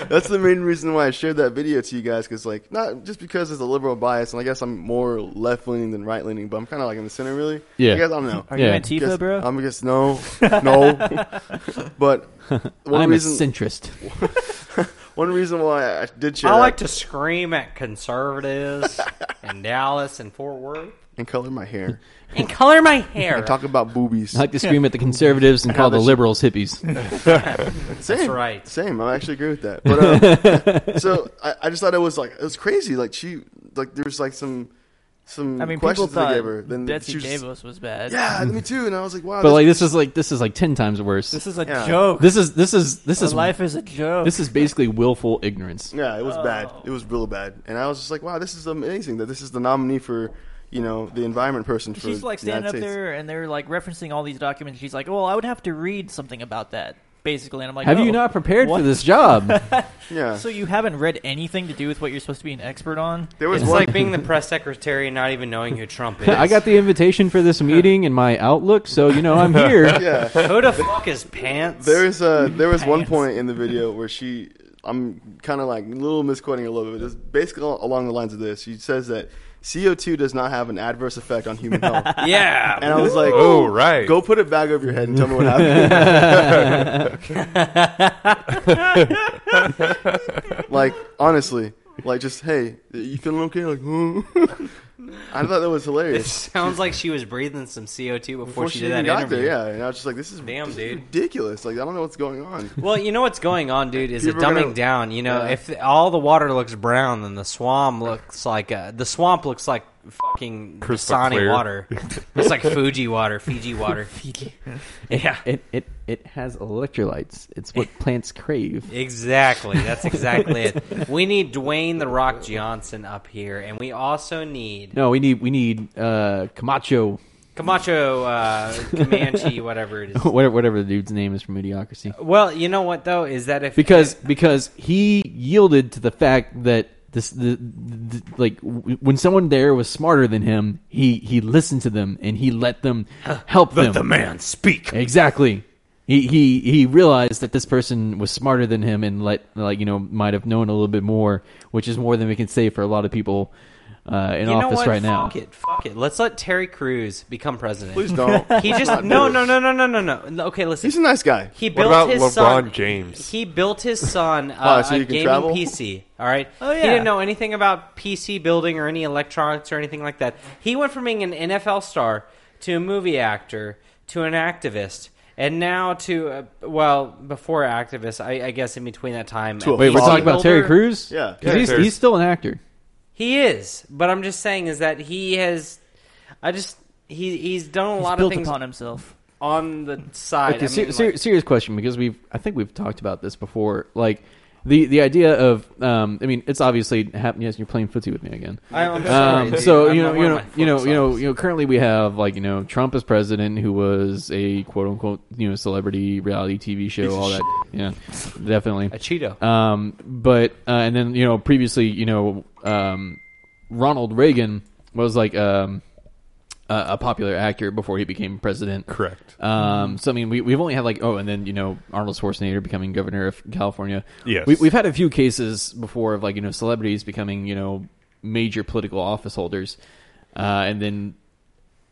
Speaker 3: that's the main reason why I shared that video to you guys because, like, not just because it's a liberal bias, and I guess I'm more left leaning than right leaning, but I'm kind of like in the center, really.
Speaker 1: Yeah.
Speaker 3: I guess I don't know.
Speaker 2: Are
Speaker 1: Yeah.
Speaker 2: you Antifa,
Speaker 3: Guess- um,
Speaker 2: bro?
Speaker 3: I'm guess no, no. but one
Speaker 1: I'm
Speaker 3: reason,
Speaker 1: a centrist.
Speaker 3: one reason why I did share
Speaker 5: I
Speaker 3: that
Speaker 5: like to scream at conservatives in Dallas and Fort Worth
Speaker 3: and color my hair
Speaker 5: and color my hair.
Speaker 3: and talk about boobies.
Speaker 1: I like to scream at the conservatives and call the liberals hippies.
Speaker 3: Same,
Speaker 5: right.
Speaker 3: Same. I actually agree with that. But um, so I, I just thought it was like it was crazy. Like she, like there was like some some
Speaker 2: I mean, people
Speaker 3: questions that
Speaker 2: thought
Speaker 3: they gave her. Then
Speaker 2: Betsy
Speaker 3: she was just-
Speaker 2: Davos was bad.
Speaker 3: Yeah, me too. And I was like, wow.
Speaker 1: But
Speaker 3: this-
Speaker 1: like this is like this is like ten times worse.
Speaker 2: This is a
Speaker 3: Yeah.
Speaker 2: joke.
Speaker 1: This is this is this is
Speaker 2: life is a joke.
Speaker 1: This is basically willful ignorance.
Speaker 3: Yeah, it was bad. It was real bad. And I was just like, wow, this is amazing that this is the nominee for, you know, the environment person for
Speaker 2: she's like
Speaker 3: the
Speaker 2: standing
Speaker 3: United
Speaker 2: up
Speaker 3: States.
Speaker 2: there and they're like referencing all these documents. She's like, well, I would have to read something about that, basically. And I'm like,
Speaker 1: Have
Speaker 2: "Oh,
Speaker 1: you not prepared
Speaker 2: what?"
Speaker 1: for this job?
Speaker 3: Yeah.
Speaker 2: So you haven't read anything to do with what you're supposed to be an expert on?
Speaker 3: There was
Speaker 5: it's
Speaker 3: one.
Speaker 5: like being the press secretary and not even knowing who Trump is.
Speaker 1: I got the invitation for this meeting in my Outlook, so you know I'm here.
Speaker 3: yeah.
Speaker 5: Who the fuck is pants?
Speaker 3: There's uh there was one
Speaker 2: Pants.
Speaker 3: point in the video where she I'm kind of like a little misquoting a little bit. It's basically al- along the lines of this. She says that CO2 does not have an adverse effect on human health. and
Speaker 5: yeah.
Speaker 3: I was like,
Speaker 4: Oh, right.
Speaker 3: Go put it back over your head and tell me what happened. like honestly, like just hey, you feeling okay? Like hmm. I thought that was
Speaker 5: It
Speaker 3: hilarious.
Speaker 5: sounds like she was breathing some CO2 before,
Speaker 3: Before
Speaker 5: she
Speaker 3: she,
Speaker 5: did
Speaker 3: even
Speaker 5: that
Speaker 3: got there,
Speaker 5: interview.
Speaker 3: yeah, and I was just like, "This is
Speaker 5: Damn,
Speaker 3: this is
Speaker 5: dude.
Speaker 3: ridiculous!" Like, I don't know what's going on.
Speaker 5: Well, you know what's going on, dude, is a
Speaker 3: People are
Speaker 5: dumbing
Speaker 3: gonna-
Speaker 5: down. You know,
Speaker 3: Yeah.
Speaker 5: if all the water looks brown, then the swamp looks like uh, the swamp looks like fucking
Speaker 4: Crystal
Speaker 5: Dasani
Speaker 4: clear.
Speaker 5: water. it's like Fuji water, Fiji water. Fiji. Yeah.
Speaker 1: It it it has electrolytes. It's what plants crave.
Speaker 5: Exactly. That's exactly it. We need Dwayne the Rock Johnson up here, and we also need
Speaker 1: No, we need we need uh, Camacho,
Speaker 5: Camacho uh, Comanche, whatever it is.
Speaker 1: whatever whatever the dude's name is from Idiocracy.
Speaker 5: Well, you know what though is that if
Speaker 1: because because he yielded to the fact that this the, the like w- when someone there was smarter than him, he he listened to them and he let them help them.
Speaker 5: man speak,
Speaker 1: Exactly. He he he realized that this person was smarter than him and let like you know might have known a little bit more, which is more than we can say for a lot of people uh, in
Speaker 5: you know
Speaker 1: office
Speaker 5: what?
Speaker 1: right now.
Speaker 5: fuck it, fuck it. Let's let Terry Crews become president.
Speaker 3: Please don't.
Speaker 5: He just
Speaker 3: Not
Speaker 5: no
Speaker 3: do it.
Speaker 5: no no no no no no. No, Okay, listen.
Speaker 3: He's a nice guy.
Speaker 5: He
Speaker 4: What
Speaker 5: built
Speaker 4: about
Speaker 5: his
Speaker 4: LeBron
Speaker 5: son.
Speaker 4: James?
Speaker 5: He built his son uh,
Speaker 3: Wow, Oh, so
Speaker 5: a
Speaker 3: you can
Speaker 5: gaming
Speaker 3: travel?
Speaker 5: PC. All right.
Speaker 2: Oh,
Speaker 5: He
Speaker 2: yeah.
Speaker 5: didn't know anything about PC building or any electronics or anything like that. He went from being an NFL star to a movie actor to an activist. And now to uh, well before activist, I, I guess in between that time.
Speaker 3: To a
Speaker 1: Wait, we're
Speaker 3: Well,
Speaker 1: talking about Terry
Speaker 5: Crews.
Speaker 1: Crews?
Speaker 3: Yeah.
Speaker 1: 'Cause he's,
Speaker 4: Terry-
Speaker 1: he's still an actor.
Speaker 5: He is, but I'm just saying is that he has. I just he he's done a
Speaker 2: He's
Speaker 5: lot of
Speaker 2: built
Speaker 5: things
Speaker 2: upon himself.
Speaker 5: on the side.
Speaker 1: Okay,
Speaker 5: I
Speaker 1: ser-
Speaker 5: mean,
Speaker 1: ser-
Speaker 5: like-
Speaker 1: serious question because we've I think we've talked about this before. Like the the idea of um, I mean it's obviously happening. Yes, you're playing footsie with me again.
Speaker 5: I- I'm sorry,
Speaker 1: Um,
Speaker 5: dude.
Speaker 1: so
Speaker 5: I'm
Speaker 1: you
Speaker 5: not
Speaker 1: know, you
Speaker 5: wearing
Speaker 1: know,
Speaker 5: my
Speaker 1: you know,
Speaker 5: flip
Speaker 1: you know,
Speaker 5: flops.
Speaker 1: you know. Currently, we have like you know Trump as president, who was a quote unquote you know celebrity reality TV show, all that. Yeah, definitely.
Speaker 5: a Cheeto.
Speaker 1: Um, but uh, and then you know previously you know um, Ronald Reagan was like um, a, a popular actor before he became president.
Speaker 4: Correct.
Speaker 1: Um, so I mean we we've only had like oh and then you know Arnold Schwarzenegger becoming governor of California.
Speaker 4: Yes.
Speaker 1: we, we've had a few cases before of like you know celebrities becoming you know major political office holders, uh, and then.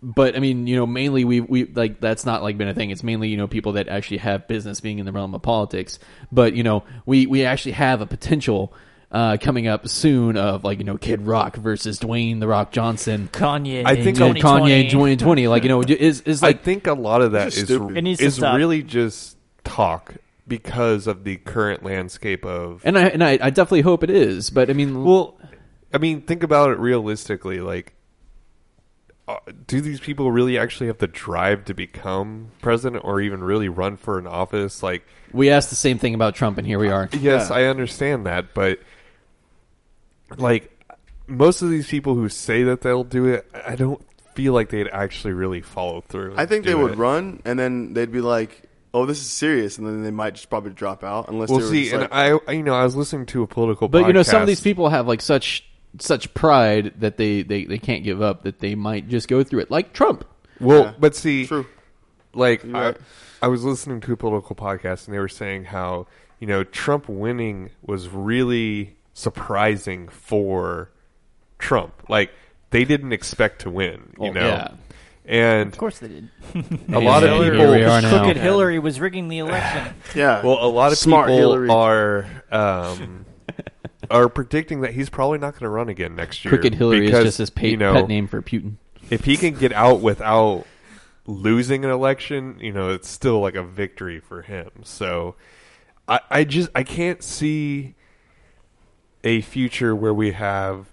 Speaker 1: But I mean, you know, mainly we we like that's not like been a thing. It's mainly you know people that actually have business being in the realm of politics. But you know, we we actually have a potential uh, coming up soon of like you know Kid Rock versus Dwayne the Rock Johnson.
Speaker 2: Kanye.
Speaker 4: I think
Speaker 1: Kanye
Speaker 4: Tony
Speaker 1: Kanye 2020, like you know, is is like
Speaker 4: I think a lot of that
Speaker 3: It's
Speaker 4: is
Speaker 3: just stupid.
Speaker 2: It needs
Speaker 4: is,
Speaker 2: to stop.
Speaker 4: really just talk because of the current landscape of
Speaker 1: And I and I, I definitely hope it is, but I mean,
Speaker 4: Well, I mean, think about it realistically. Like, uh, do these people really actually have the drive to become president, or even really run for an office? Like,
Speaker 1: we asked the same thing about Trump, and here we are.
Speaker 4: yes,
Speaker 3: Yeah.
Speaker 4: I understand that, but like most of these people who say that they'll do it, I I don't feel like they'd actually really follow through. and
Speaker 3: I think
Speaker 4: do
Speaker 3: they would
Speaker 4: it.
Speaker 3: run, and then they'd be like, "Oh, this is serious," and then they might just probably drop out unless
Speaker 4: Well,
Speaker 3: they were
Speaker 4: see,
Speaker 3: just
Speaker 4: and
Speaker 3: like,
Speaker 4: I, I- you know, I was listening to a political,
Speaker 1: But you know, some of these
Speaker 4: podcast.
Speaker 1: people have like such such pride that they they they can't give up that they might just go through it, like Trump.
Speaker 4: Well,
Speaker 3: Yeah.
Speaker 4: but see,
Speaker 3: True.
Speaker 4: like
Speaker 3: You're
Speaker 4: I,
Speaker 3: right.
Speaker 4: I was listening to a political podcast, and they were saying how you know Trump winning was really surprising for Trump. Like they didn't expect to win, you
Speaker 1: Oh,
Speaker 4: know.
Speaker 1: yeah.
Speaker 4: And
Speaker 2: Of course they did.
Speaker 4: a lot of
Speaker 1: Here
Speaker 4: people,
Speaker 1: we are now.
Speaker 2: Crooked Hillary was rigging the election.
Speaker 3: "Yeah,
Speaker 4: well,
Speaker 1: oh.
Speaker 4: a lot of
Speaker 3: Smart
Speaker 4: people
Speaker 3: Hillary.
Speaker 4: are. Um, are predicting that he's probably not going to run again next year.
Speaker 1: Crooked Hillary
Speaker 4: because,
Speaker 1: is just his pa-
Speaker 4: you know,
Speaker 1: pet name for Putin.
Speaker 4: if he can get out without losing an election, you know, it's still like a victory for him. So I, I just I can't see a future where we have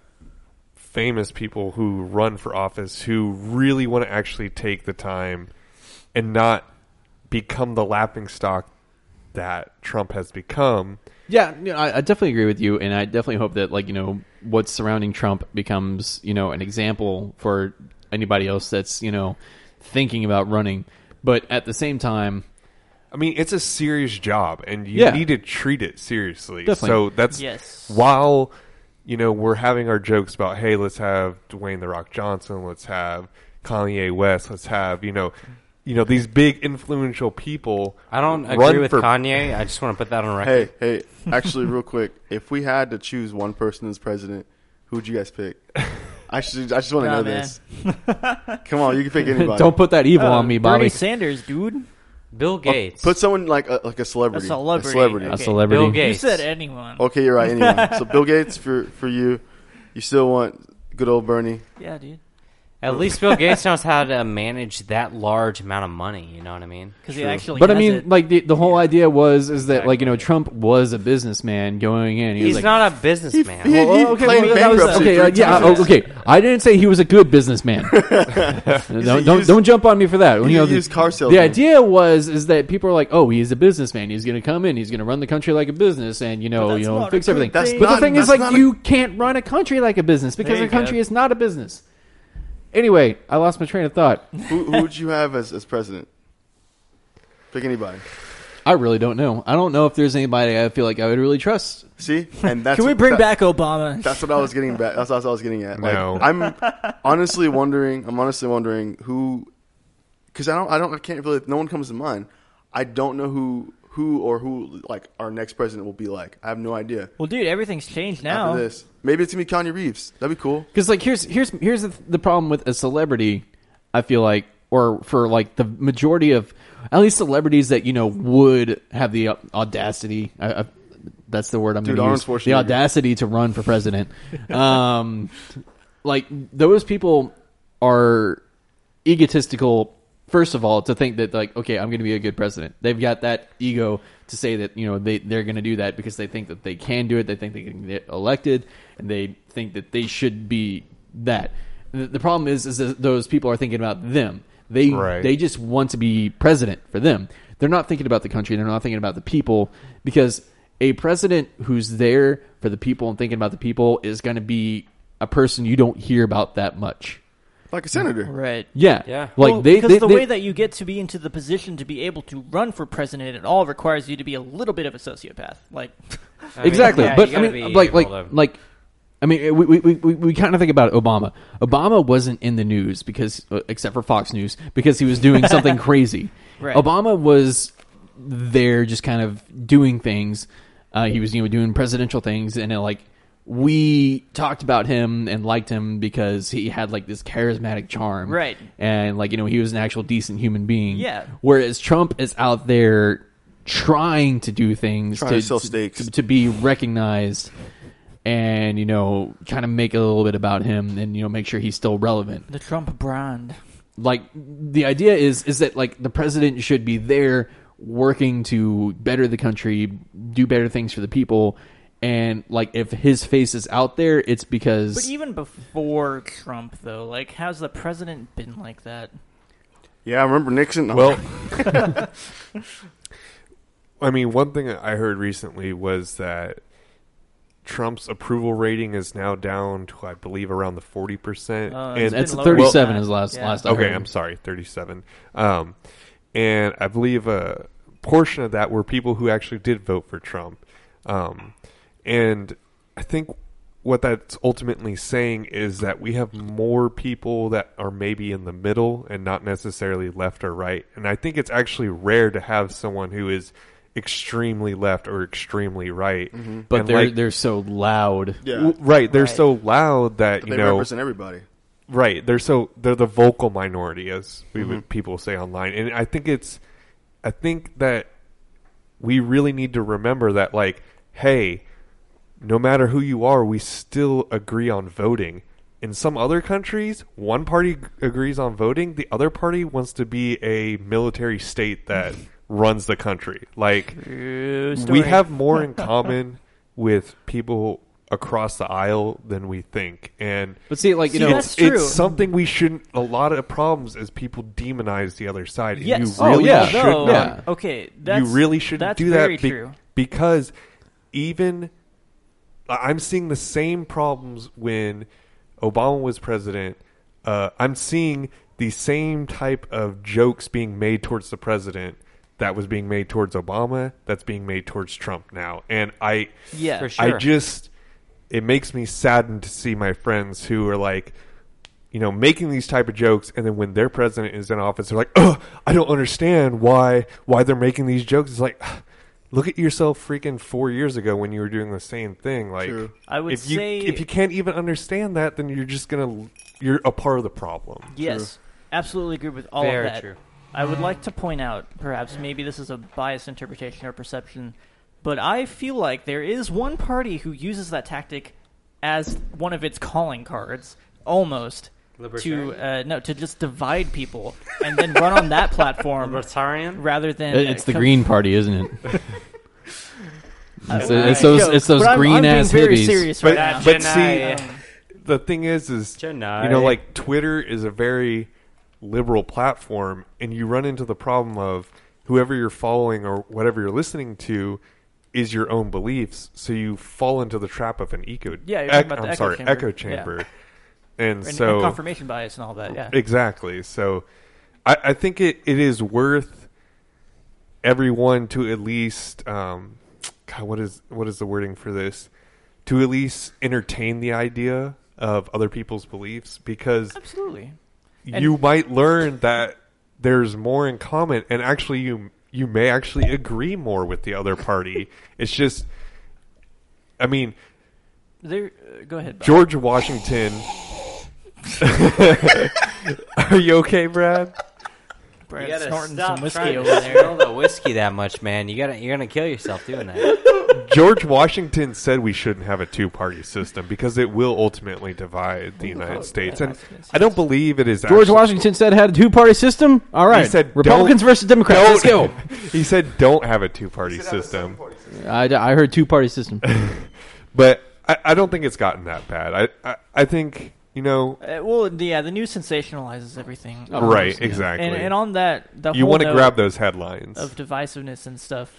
Speaker 4: famous people who run for office who really want to actually take the time and not become the laughing stock that Trump has become.
Speaker 1: Yeah, you know, I, I definitely agree with you, and I definitely hope that like you know what's surrounding Trump becomes you know an example for anybody else that's you know thinking about running. But at the same time,
Speaker 4: I mean, it's a serious job, and you
Speaker 1: Yeah.
Speaker 4: need to treat it seriously.
Speaker 1: Definitely.
Speaker 4: So that's
Speaker 2: Yes.
Speaker 4: while you know we're having our jokes about hey, let's have Dwayne the Rock Johnson, let's have Kanye West, let's have you know, you know these big influential people.
Speaker 5: I don't
Speaker 4: run
Speaker 5: agree with
Speaker 4: for-
Speaker 5: Kanye. I just want to put that on record.
Speaker 3: Hey, hey, actually, real quick, if we had to choose one person as president, who would you guys pick? I should, I just want to
Speaker 2: Nah,
Speaker 3: know
Speaker 2: man.
Speaker 3: this. Come on, you can pick anybody.
Speaker 1: Don't put that
Speaker 4: Uh,
Speaker 1: evil on me,
Speaker 2: Oh, Bernie
Speaker 1: Bobby.
Speaker 2: Sanders, dude.
Speaker 5: Bill Gates.
Speaker 3: put someone like a, like a
Speaker 2: A
Speaker 3: celebrity.
Speaker 2: celebrity.
Speaker 1: A
Speaker 2: Okay.
Speaker 1: celebrity.
Speaker 5: Bill Gates.
Speaker 2: You said anyone?
Speaker 3: Okay, you're right. Anyway, so Bill Gates for for you. You still want good old Bernie?
Speaker 2: Yeah, dude.
Speaker 5: At least Bill Gates knows how to manage that large amount of money. You know what I mean?
Speaker 2: Because he actually.
Speaker 1: But I
Speaker 2: has
Speaker 1: mean,
Speaker 2: it.
Speaker 1: like the, the whole idea was is that like you know Trump was a businessman going in. He was
Speaker 5: He's
Speaker 1: like,
Speaker 5: not a businessman.
Speaker 3: he-
Speaker 1: Well,
Speaker 3: he claimed
Speaker 1: that was-
Speaker 3: bankruptcy
Speaker 1: okay,
Speaker 3: three
Speaker 1: uh, yeah,
Speaker 3: times.
Speaker 1: uh, okay. I didn't say he was a good businessman. don't, don't
Speaker 3: used-
Speaker 1: don't jump on me for that.
Speaker 3: he's
Speaker 1: You know,
Speaker 3: a
Speaker 1: the-
Speaker 3: used car
Speaker 1: The
Speaker 3: salesman.
Speaker 1: idea was is that people are like, oh, he's a businessman. He's going to come in. He's going to run the country like a business, and you know,
Speaker 2: that's
Speaker 1: you know,
Speaker 2: not
Speaker 1: fix
Speaker 2: a good
Speaker 1: everything.
Speaker 3: That's
Speaker 1: but
Speaker 3: not-
Speaker 1: the thing is,
Speaker 3: that's
Speaker 1: like,
Speaker 3: not a-
Speaker 1: you can't run a country like a business because
Speaker 2: There
Speaker 1: a
Speaker 2: you go.
Speaker 1: country is not a business. Anyway, I lost my train of thought.
Speaker 3: Who, who would you have as, as president? Pick anybody.
Speaker 1: I really don't know. I don't know if there's anybody I feel like I would really trust.
Speaker 3: See, and that's
Speaker 2: Can we
Speaker 3: what-
Speaker 2: bring
Speaker 3: that-
Speaker 2: back Obama?
Speaker 3: That's what I was getting back. That's what I was getting at. Like,
Speaker 4: No.
Speaker 3: I'm honestly wondering. I'm honestly wondering who, because I don't. I don't. I can't really. No one comes to mind. I don't know who, who or who like our next president will be like. I have no idea.
Speaker 2: well, dude, everything's changed now.
Speaker 3: After this, maybe it's gonna be Kanye Reeves. That'd be cool.
Speaker 1: Because like here's here's here's the, the problem with a celebrity. I feel like, or for like the majority of at least celebrities that you know would have the au- audacity. I, I, that's the word I'm
Speaker 3: Dude,
Speaker 1: going to use.
Speaker 3: Arnold
Speaker 1: The
Speaker 3: Schwarzenegger.
Speaker 1: audacity to run for president. um, like those people are egotistical. First of all, to think that like, okay, I'm going to be a good president. They've got that ego to say that you know they they're going to do that because they think that they can do it. They think they can get elected, and they think that they should be that. The, the problem is, is that those people are thinking about them. They
Speaker 4: Right.
Speaker 1: they just want to be president for them. They're not thinking about the country. They're not thinking about the people because a president who's there for the people and thinking about the people is going to be a person you don't hear about that much.
Speaker 3: Like a senator.
Speaker 2: Right.
Speaker 1: Yeah,
Speaker 5: Yeah.
Speaker 1: Like
Speaker 2: Well,
Speaker 1: they,
Speaker 2: because
Speaker 1: they,
Speaker 2: the
Speaker 1: they-
Speaker 2: way that you get to be into the position to be able to run for president at all requires you to be a little bit of a sociopath. Like,
Speaker 5: I mean,
Speaker 1: exactly.
Speaker 5: yeah,
Speaker 1: but
Speaker 5: you
Speaker 1: I
Speaker 5: gotta
Speaker 1: mean,
Speaker 5: be
Speaker 1: like, like,
Speaker 5: able to-
Speaker 1: like, I mean, we we, we, we, we kind of think about Obama. Obama wasn't in the news because, uh, except for Fox News, because he was doing something crazy.
Speaker 2: Right.
Speaker 1: Obama was there, just kind of doing things. Uh, he was, you know, doing presidential things, and uh, like we talked about him and liked him because he had like this charismatic charm,
Speaker 2: Right.
Speaker 1: And like you know, he was an actual decent human being.
Speaker 2: Yeah.
Speaker 1: Whereas Trump is out there trying to do things
Speaker 3: Trying to sell steaks.
Speaker 1: to, to be recognized and you know kind of make a little bit about him and you know make sure he's still relevant
Speaker 2: the Trump brand.
Speaker 1: like the idea is is that like the president should be there working to better the country do better things for the people and like if his face is out there it's because
Speaker 2: But even before Trump, though, like, how's the president been like that?
Speaker 3: Yeah, I remember Nixon. No.
Speaker 4: Well, I mean, one thing I heard recently was that Trump's approval rating is now down to, I believe, around the forty percent.
Speaker 2: Uh,
Speaker 4: and
Speaker 1: it's
Speaker 2: been lower
Speaker 1: 37
Speaker 2: than
Speaker 1: is
Speaker 2: that.
Speaker 1: last
Speaker 2: Yeah.
Speaker 1: last I
Speaker 4: okay,
Speaker 1: heard.
Speaker 4: I'm sorry, thirty-seven. Um, and I believe a portion of that were people who actually did vote for Trump. Um, and I think what that's ultimately saying is that we have more people that are maybe in the middle and not necessarily left or right. And I think it's actually rare to have someone who is extremely left or extremely right.
Speaker 1: Mm-hmm. but
Speaker 4: And,
Speaker 1: they're
Speaker 4: like,
Speaker 1: they're so loud
Speaker 3: yeah,
Speaker 4: w- right, they're
Speaker 2: Right.
Speaker 4: so loud that
Speaker 3: but
Speaker 4: you
Speaker 3: they
Speaker 4: know
Speaker 3: represent everybody.
Speaker 4: Right. They're so they're the vocal minority as we
Speaker 2: Mm-hmm.
Speaker 4: would people say online. And I think it's I think that we really need to remember that like, hey, no matter who you are, we still agree on voting. In some other countries, one party g- agrees on voting, the other party wants to be a military state that runs the country. Like
Speaker 2: True
Speaker 4: we
Speaker 2: story.
Speaker 4: have more in common with people across the aisle than we think. And
Speaker 1: but see like you
Speaker 2: See,
Speaker 1: know
Speaker 2: that's-
Speaker 4: it's,
Speaker 2: true.
Speaker 4: it's something we shouldn't. A lot of problems is people demonize the other side, and
Speaker 2: Yes.
Speaker 4: you really
Speaker 1: Oh, yeah.
Speaker 4: should
Speaker 2: Although-
Speaker 1: yeah.
Speaker 4: not.
Speaker 2: Okay. That's,
Speaker 4: you really shouldn't
Speaker 2: that's
Speaker 4: do that
Speaker 2: very
Speaker 4: be-
Speaker 2: true.
Speaker 4: because even I- I'm seeing the same problems when Obama was president. Uh, I'm seeing the same type of jokes being made towards the president that was being made towards Obama, that's being made towards Trump now. And I
Speaker 2: Yeah.
Speaker 5: For sure.
Speaker 4: I just it makes me saddened to see my friends who are like you know making these type of jokes and then when their president is in office they're like oh i don't understand why why they're making these jokes it's like look at yourself freaking four years ago when you were doing the same thing like
Speaker 3: True.
Speaker 2: I would
Speaker 4: if you
Speaker 2: say-
Speaker 4: if you can't even understand that then you're just gonna you're a part of the problem
Speaker 2: Yes, absolutely agree with all
Speaker 5: Very
Speaker 2: of that.
Speaker 5: true.
Speaker 2: I would like to point out, perhaps maybe this is a biased interpretation or perception, but I feel like there is one party who uses that tactic as one of its calling cards, almost to
Speaker 5: Libertarian?
Speaker 2: uh, no to just divide people and then run on that platform
Speaker 5: Libertarian?
Speaker 2: rather than
Speaker 1: It's
Speaker 2: uh,
Speaker 1: the
Speaker 2: com-
Speaker 1: Green Party, isn't it? It's, it's
Speaker 5: Right.
Speaker 1: those, it's those
Speaker 2: uh, But I'm- I'm
Speaker 1: green
Speaker 2: being
Speaker 1: ass
Speaker 2: very
Speaker 1: hippies.
Speaker 2: serious
Speaker 4: but,
Speaker 2: right now. uh,
Speaker 4: but
Speaker 5: Chennai.
Speaker 4: see the thing is is
Speaker 5: Chennai.
Speaker 4: you know like twitter is a very liberal platform and you run into the problem of whoever you're following or whatever you're listening to is your own beliefs so you fall into the trap of an eco
Speaker 2: Yeah, you're talking
Speaker 4: ec-
Speaker 2: about the
Speaker 4: i'm
Speaker 2: echo
Speaker 4: sorry
Speaker 2: chamber.
Speaker 4: echo
Speaker 2: Yeah.
Speaker 4: chamber and,
Speaker 2: and,
Speaker 4: so
Speaker 2: and confirmation bias and all that. Yeah,
Speaker 4: Exactly. So I, I think it, it is worth everyone to at least um, God, what is what is the wording for this? To at least entertain the idea of other people's beliefs because
Speaker 2: absolutely. And-
Speaker 4: you might learn that there's more in common and actually you you may actually agree more with the other party. it's just I mean,
Speaker 2: There, uh, go ahead. Bob.
Speaker 4: George Washington Are you okay, Brad?
Speaker 2: Brad
Speaker 5: You gotta
Speaker 2: snorting
Speaker 5: stop
Speaker 2: some whiskey
Speaker 5: trying
Speaker 2: over
Speaker 5: to
Speaker 2: there.
Speaker 5: smell the whiskey that much, man. You gotta, you're gonna kill yourself doing that.
Speaker 4: George Washington said we shouldn't have a two party system because it will ultimately divide the United States. And I don't believe it is
Speaker 1: George
Speaker 4: actually-
Speaker 1: Washington said had a two party system. All right,
Speaker 4: He said
Speaker 1: Republicans
Speaker 4: don't-
Speaker 1: versus Democrats. Let's go.
Speaker 4: don't- he said don't have a two party system.
Speaker 1: I, I heard two party system.
Speaker 4: But I, I don't think it's gotten that bad. I, I, I think, you know,
Speaker 2: Uh, well, the- yeah, the news sensationalizes everything.
Speaker 1: Oh, course,
Speaker 4: right,
Speaker 1: yeah.
Speaker 4: exactly.
Speaker 2: and, and on that, the
Speaker 4: you
Speaker 2: whole
Speaker 4: want
Speaker 2: note
Speaker 4: to grab those headlines.
Speaker 2: of divisiveness and stuff.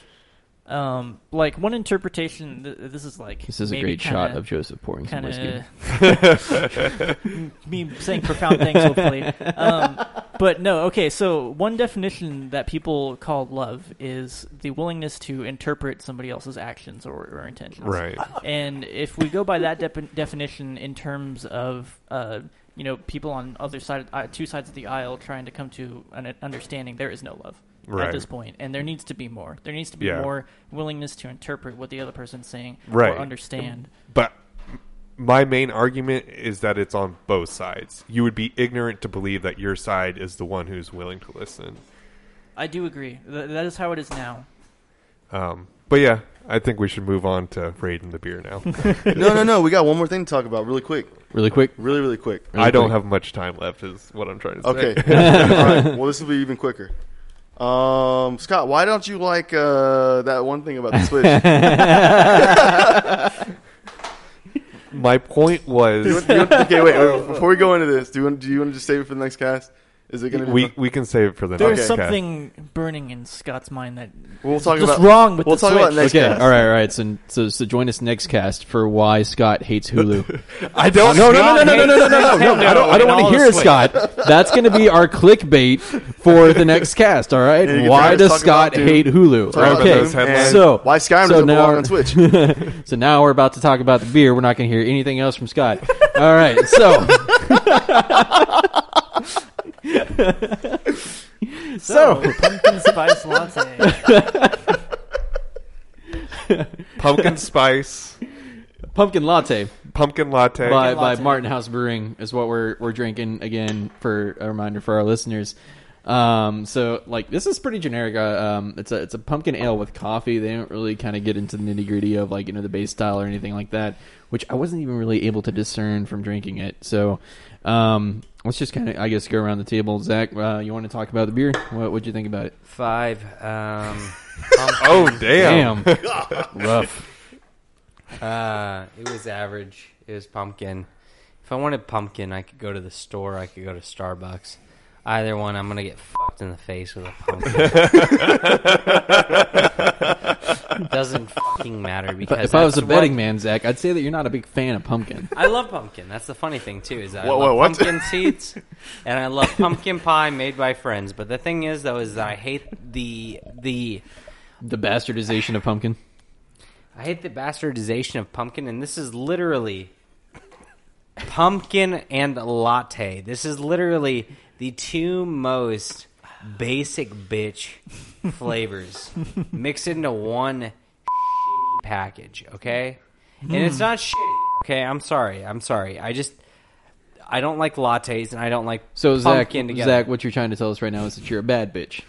Speaker 2: Um, like one interpretation. Th- this is like
Speaker 1: This is a
Speaker 2: maybe
Speaker 1: great
Speaker 2: kinda,
Speaker 1: shot of Joseph pouring some whiskey.
Speaker 2: kind of me saying profound things. Hopefully, um, but no. Okay, so one definition that people call love is the willingness to interpret somebody else's actions or, or intentions.
Speaker 4: right.
Speaker 2: And if we go by that de- definition in terms of uh, you know people on other side, uh, two sides of the aisle trying to come to an understanding, there is no love
Speaker 4: Right.
Speaker 2: at this point, and there needs to be more. There needs to be
Speaker 4: Yeah.
Speaker 2: more willingness to interpret what the other person's saying
Speaker 4: Right.
Speaker 2: or understand.
Speaker 4: But my main argument is that it's on both sides. You would be ignorant to believe that your side is the one who's willing to listen.
Speaker 2: I do agree. Th- that is how it is now.
Speaker 4: Um, but yeah, I think we should move on to raiding the beer now.
Speaker 3: no, no, no. We got one more thing to talk about, really quick,
Speaker 1: Really quick.
Speaker 3: really, really quick.
Speaker 4: I don't
Speaker 1: quick.
Speaker 4: have much time left, is what I'm trying to say.
Speaker 3: Okay. All right. Well, this will be even quicker. Um, Scott, why don't you like uh, that one thing about the Switch?
Speaker 4: My point was
Speaker 3: Do you want- okay, wait, wait. Before we go into this, do you want, do you want to just save it for the next cast? Is it going to be?
Speaker 4: we we can save it for the
Speaker 2: There's
Speaker 4: next. cast.
Speaker 2: something burning in Scott's mind that
Speaker 3: we'll talk
Speaker 2: just
Speaker 3: about.
Speaker 2: wrong with
Speaker 3: we'll
Speaker 2: the
Speaker 3: talk about
Speaker 2: Switch.
Speaker 3: next
Speaker 1: okay.
Speaker 3: cast.
Speaker 1: All right. All right. So, so so join us next cast for why Scott hates Hulu.
Speaker 4: I don't.
Speaker 1: No, no, no, no, no, no, no, no, no, no, no,
Speaker 5: Nintendo
Speaker 1: I don't, I don't
Speaker 5: and
Speaker 1: want
Speaker 5: all
Speaker 1: to hear
Speaker 5: the
Speaker 1: it, Scott. That's going to be our clickbait for the next cast. All
Speaker 3: Yeah, you
Speaker 1: right.
Speaker 3: can try
Speaker 1: Why
Speaker 3: to
Speaker 1: does
Speaker 3: talk
Speaker 1: Scott
Speaker 3: about Doom.
Speaker 1: hate Hulu?
Speaker 3: Talk about
Speaker 1: Okay.
Speaker 4: those headlines.
Speaker 1: So
Speaker 3: why Skyrim
Speaker 1: so
Speaker 3: doesn't
Speaker 1: now-
Speaker 3: belong on Switch? All
Speaker 1: So now we're about to talk about the beer. We're not going to hear anything else from Scott. All right. So.
Speaker 2: So,
Speaker 1: so
Speaker 2: pumpkin spice latte.
Speaker 4: Pumpkin spice,
Speaker 1: pumpkin latte.
Speaker 4: pumpkin latte.
Speaker 1: by, by
Speaker 2: Latte.
Speaker 1: Martin House Brewing is what we're we're drinking again for a reminder for our listeners. Um, so like this is pretty generic. Uh, um, it's a it's a pumpkin ale with coffee. They don't really kind of get into the nitty gritty of like you know the base style or anything like that, which I wasn't even really able to discern from drinking it. So um, let's just kind of I guess go around the table. Zach, uh, you want to talk about the beer? What would you think about it?
Speaker 5: Five. Um,
Speaker 4: Oh damn!
Speaker 1: Damn, rough.
Speaker 5: uh, it was average. It was pumpkin. If I wanted pumpkin, I could go to the store. I could go to Starbucks. Either one,
Speaker 4: Uh,
Speaker 5: I'm gonna get fucked in the face with a pumpkin. Doesn't fucking matter because
Speaker 1: If I was a
Speaker 5: that's what-
Speaker 1: betting man, Zach, I'd say that you're not a big fan of pumpkin.
Speaker 5: I love pumpkin. That's the funny thing too is that
Speaker 3: Whoa,
Speaker 5: I love
Speaker 3: whoa, what?
Speaker 5: pumpkin seeds, and I love pumpkin pie made by friends. But the thing is, though, is that I hate the the
Speaker 1: The bastardization of pumpkin.
Speaker 5: I hate the bastardization of pumpkin, and this is literally pumpkin and latte. This is literally the two most basic bitch flavors mixed into one package, okay? And it's not shit. Okay, I'm sorry. I'm sorry. I just I don't like lattes and I don't like
Speaker 1: So Zach,
Speaker 5: pumpkin together.
Speaker 1: Zach, what you're trying to tell us right now is that you're a bad bitch.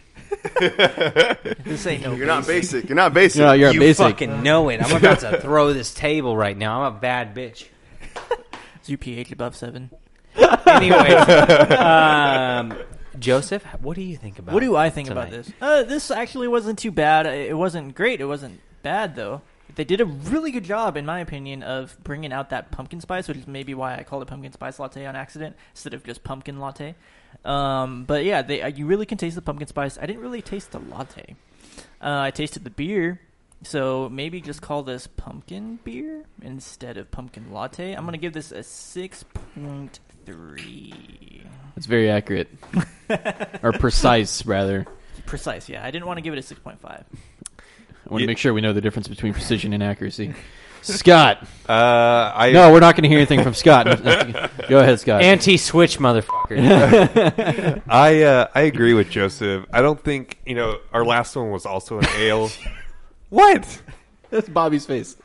Speaker 2: This ain't no.
Speaker 3: You're not basic. You're not basic.
Speaker 1: No, you're a
Speaker 5: you
Speaker 1: basic.
Speaker 5: fucking know it. I'm about to throw this table right now. I'm a bad bitch.
Speaker 2: Zoo pH above seven.
Speaker 5: Anyways, um, Joseph, what do you think about?
Speaker 2: What do I think about
Speaker 5: tonight?
Speaker 2: this? Uh, this actually wasn't too bad. Uh, It wasn't great. It wasn't bad though. They did a really good job, in my opinion, of bringing out that pumpkin spice, which is maybe why I called it pumpkin spice latte on accident instead of just pumpkin latte. Um, but yeah, they uh, you really can taste the pumpkin spice. I didn't really taste the latte. Uh, I tasted the beer, so maybe just call this pumpkin beer instead of pumpkin latte. I'm gonna give this a six point three.
Speaker 1: It's very accurate, or precise rather.
Speaker 2: Precise, yeah. I didn't want to give it a six point five.
Speaker 1: I want to
Speaker 4: Yeah.
Speaker 1: make sure we know the difference between precision and accuracy. Scott,
Speaker 4: Uh, I
Speaker 1: no, we're not going to hear anything from Scott. Go ahead, Scott.
Speaker 5: Anti-switch, motherfucker.
Speaker 4: I uh, I agree with Joseph. I don't think you know our last one was also an ale. what?
Speaker 1: that's Bobby's face.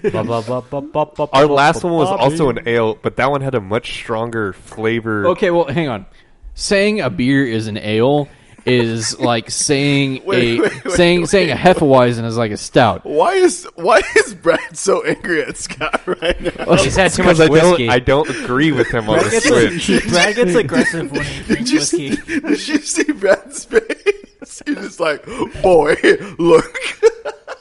Speaker 5: Blah, blah, blah, blah, blah, blah,
Speaker 4: Our
Speaker 5: blah,
Speaker 4: last
Speaker 5: blah,
Speaker 4: one was
Speaker 5: blah.
Speaker 4: also an ale, but that one had a much stronger flavor.
Speaker 1: Okay, well, hang on. Saying a beer is an ale is like saying
Speaker 3: Wait,
Speaker 1: a
Speaker 3: wait, wait,
Speaker 1: saying saying a hefeweizen is like a stout.
Speaker 3: Why is why is Brad so angry at Scott right now?
Speaker 5: He's had too much
Speaker 4: Because I
Speaker 5: whiskey.
Speaker 4: don't, I don't agree with him on the
Speaker 2: Brad gets,
Speaker 4: switch.
Speaker 2: Brad gets aggressive when he
Speaker 3: Did
Speaker 2: drinks
Speaker 3: you, see,
Speaker 2: whiskey.
Speaker 3: did you see Brad's face? He's just like, boy, look.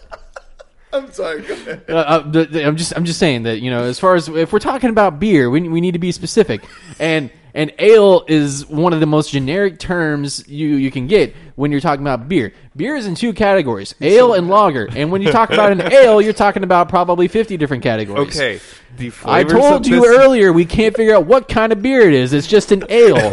Speaker 3: I'm sorry. Go ahead.
Speaker 1: Uh, uh, th- th- I'm just I'm just saying that you know as far as if we're talking about beer, we we need to be specific. And and ale is one of the most generic terms you you can get when you're talking about beer. Beer is in two categories: ale and lager. And when you talk about an ale, you're talking about probably 50 different categories.
Speaker 4: Okay, the
Speaker 1: I
Speaker 4: flavors
Speaker 1: told
Speaker 4: of
Speaker 1: you
Speaker 4: this-
Speaker 1: earlier we can't figure out what kind of beer it is. It's just an ale.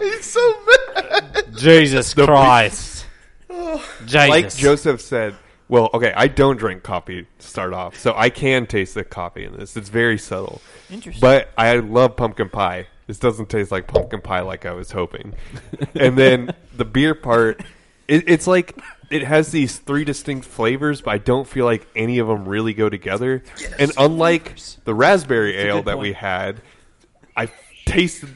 Speaker 3: He's so mad.
Speaker 5: Jesus Christ. Jesus.
Speaker 4: Like Joseph said, well, okay, I don't drink coffee to start off, so I can taste the coffee in this. It's very subtle.
Speaker 2: Interesting.
Speaker 4: But I love pumpkin pie. This doesn't taste like pumpkin pie like I was hoping. and then the beer part, it, it's like it has these three distinct flavors, but I don't feel like any of them really go together. and unlike the raspberry ale
Speaker 2: good
Speaker 4: that
Speaker 2: point.
Speaker 4: we had, I tasted.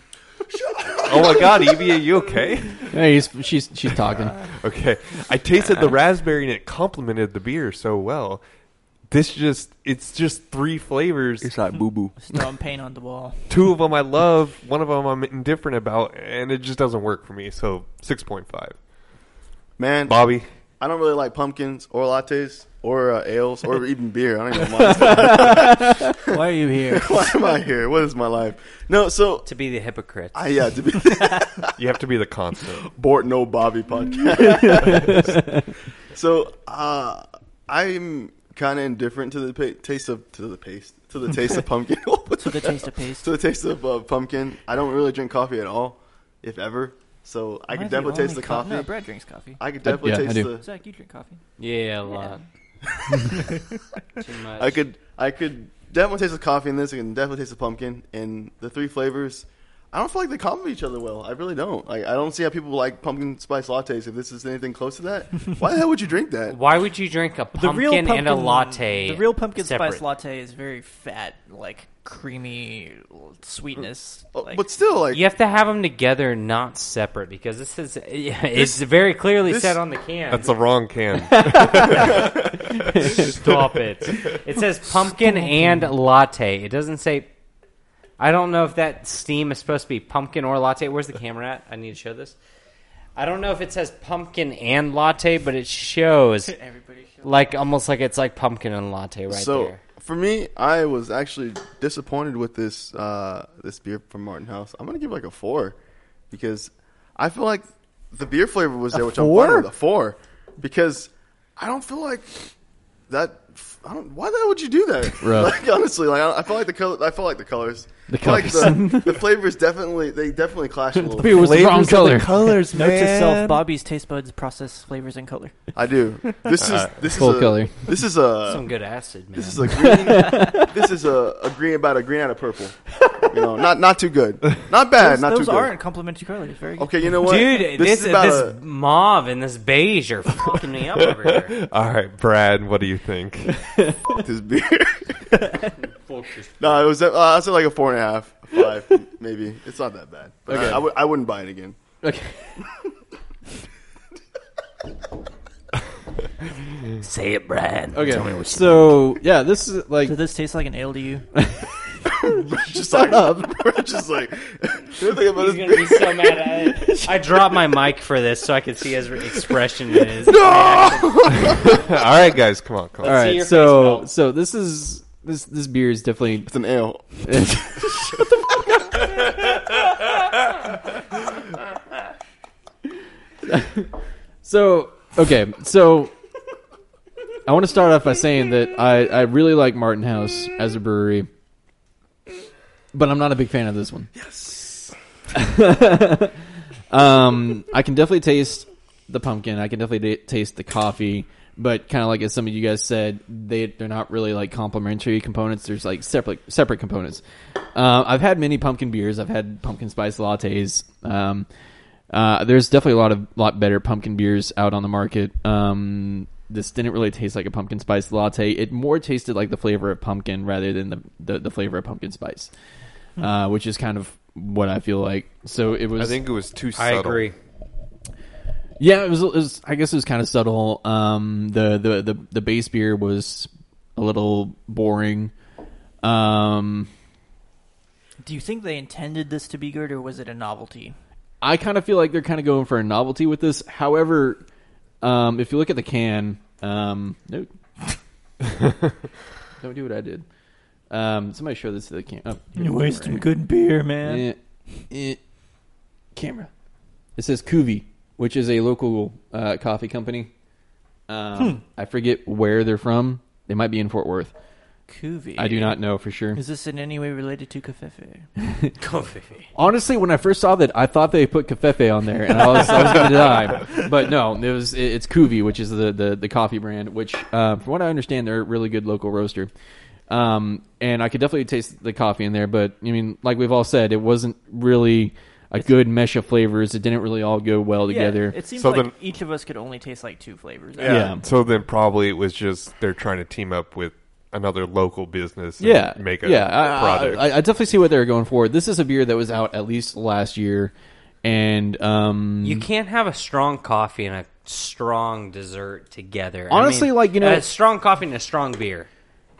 Speaker 4: oh my god, Evie, are you okay?
Speaker 1: Hey, he's, she's she's talking.
Speaker 4: Okay, I tasted the raspberry and it complemented the beer so well. This just it's just three flavors.
Speaker 3: like boo boo.
Speaker 2: Throwing paint on the wall.
Speaker 4: Two of them I love, one of them I'm indifferent about, and it just doesn't work for me. So six point five,
Speaker 3: Man,
Speaker 4: Bobby.
Speaker 3: I don't really like pumpkins or lattes or uh, ales or even beer. I don't even mind.
Speaker 2: Why are you here?
Speaker 3: Why am I here? What is my life? No, so
Speaker 5: to be the hypocrite.
Speaker 3: I yeah to be
Speaker 4: You have to be the constant.
Speaker 3: Bort No Bobby podcast. so uh, I'm kind of indifferent to the pa- taste of to the paste to the taste of pumpkin.
Speaker 2: To the taste of paste.
Speaker 3: to the taste of uh, pumpkin. I don't really drink coffee at all, if ever. So I
Speaker 2: Am
Speaker 3: could
Speaker 2: the
Speaker 3: definitely taste
Speaker 2: only
Speaker 3: the
Speaker 2: co-
Speaker 3: coffee. Uh,
Speaker 2: No, Brad drinks coffee.
Speaker 3: I could definitely
Speaker 1: yeah, I
Speaker 3: taste
Speaker 1: do.
Speaker 3: the.
Speaker 2: Zach, you drink coffee.
Speaker 5: yeah, a lot. Too much.
Speaker 3: I could I could definitely taste the coffee in this. I can definitely taste the pumpkin and the three flavors. I don't feel like they complement each other well. I really don't. Like I don't see how people like pumpkin spice lattes if this is anything close to that. Why the hell would you drink that?
Speaker 5: Why would you drink a pumpkin, and a latte?
Speaker 2: The real pumpkin
Speaker 5: separate?
Speaker 2: spice latte is very fat, like creamy sweetness.
Speaker 3: Oh,
Speaker 2: like,
Speaker 3: but still, like
Speaker 5: You have to have them together, not separate, because this is it's very clearly
Speaker 3: this-
Speaker 5: said on the can.
Speaker 4: That's the wrong can.
Speaker 5: Stop it. It says pumpkin and latte. It doesn't say. I don't know if that steam is supposed to be pumpkin or latte. Where's the camera at? I need to show this. I don't know if it says pumpkin and latte, but it shows
Speaker 2: everybody. should-
Speaker 5: like almost like it's like pumpkin and latte right
Speaker 3: so
Speaker 5: there.
Speaker 3: for me, I was actually disappointed with this uh, this beer from Martin House. I'm gonna give like a four because I feel like the beer flavor was there, which I'm fine with a four because I don't feel like that. I don't. Why the hell would you do that?
Speaker 1: Right.
Speaker 3: Like honestly, like I, I feel like the color. I feel like the colors.
Speaker 1: The
Speaker 3: I feel Like
Speaker 1: colors.
Speaker 3: the, the flavors definitely. They definitely clash a little.
Speaker 1: Beer
Speaker 3: bit.
Speaker 1: was the wrong color.
Speaker 4: colors,
Speaker 2: Note to self: Bobby's taste buds process flavors and color.
Speaker 3: I do. This is this
Speaker 1: full
Speaker 3: is a,
Speaker 1: color.
Speaker 3: This is a.
Speaker 5: Some good acid, man.
Speaker 3: uh, This is a green. this is a, a green about a green out of purple. You know, not not too good. Not bad.
Speaker 2: Those,
Speaker 3: not
Speaker 2: those
Speaker 3: too
Speaker 2: aren't complimentary colors. Very
Speaker 3: good.
Speaker 2: good.
Speaker 3: Okay, you know what,
Speaker 5: Dude, this
Speaker 3: is about
Speaker 5: this mauve and this beige are fucking me up over here.
Speaker 4: All right, Brad, what do you think?
Speaker 3: a, this beer. no, it was. Uh, I said like a four and a half, five, maybe. It's not that bad. But okay. I, I, would- I wouldn't buy it again.
Speaker 1: Okay.
Speaker 5: Say it, Brad.
Speaker 1: Okay. So yeah, this is like
Speaker 2: Does this taste like an ale to you?
Speaker 3: Just like, just like. Good thing about this
Speaker 5: He's gonna
Speaker 3: beer.
Speaker 5: be so mad. I, I dropped my mic for this so I could see his expression. In his no.
Speaker 4: All right, guys, come on, come on.
Speaker 1: all
Speaker 5: see
Speaker 1: right.
Speaker 5: your face,
Speaker 1: So
Speaker 5: Mel.
Speaker 1: so this is this this beer is definitely
Speaker 3: It's an ale.
Speaker 1: So okay, so I want to start off by saying that I I really like Martin House as a brewery, but I'm not a big fan of this one. Yes. um, I can definitely taste the pumpkin. I can definitely ta- taste the coffee. But kind of like as some of you guys said, they they're not really like complementary components. There's like separate separate components. Uh, I've had many pumpkin beers. I've had pumpkin spice lattes. Um, uh, there's definitely a lot of lot better pumpkin beers out on the market. Um, this didn't really taste like a pumpkin spice latte. It more tasted like the flavor of pumpkin rather than the the, the flavor of pumpkin spice, uh, which is kind of what I feel like. So it was.
Speaker 4: I think it was too
Speaker 5: I
Speaker 4: subtle.
Speaker 5: agree.
Speaker 1: Yeah, it was, it was. I guess it was kind of subtle. Um, the, the the the base beer was a little boring. Um,
Speaker 2: Do you think they intended this to be good, or was it a novelty?
Speaker 1: I kind of feel like they're kind of going for a novelty with this. However, um, if you look at the can, um, no, don't do what I did. Um, somebody show this to the can. Oh, here.
Speaker 2: good beer, man.
Speaker 1: Eh, eh. camera. It says Kuvi, which is a local uh, coffee company. Um, I forget where they're from. They might be in Fort Worth.
Speaker 2: Cuvee.
Speaker 1: I do not know for sure.
Speaker 2: Is this in any way related to Cafefe?
Speaker 1: Honestly, when I first saw that, I thought they put Cafefe on there, and I was, I was going to die. But no, it was it- it's Kuvi, which is the, the, the coffee brand. Which, uh, from what I understand, they're a really good local roaster. Um, and I could definitely taste the coffee in there. But I mean, like we've all said, it wasn't really a good mesh of flavors. It didn't really all go well together.
Speaker 2: it seems
Speaker 4: So
Speaker 2: like
Speaker 4: then-
Speaker 2: each of us could only taste like two flavors.
Speaker 3: Yeah.
Speaker 1: Yeah.
Speaker 4: So then probably it was just they're trying to team up with another local business. And
Speaker 1: yeah,
Speaker 4: Make a
Speaker 1: yeah. I-
Speaker 4: product.
Speaker 1: I, I, I definitely see what they were going for. This is a beer that was out at least last year, and um,
Speaker 5: You can't have a strong coffee and a strong dessert together. I
Speaker 1: Honestly,
Speaker 5: mean,
Speaker 1: like, you know-
Speaker 5: a strong coffee and a strong beer.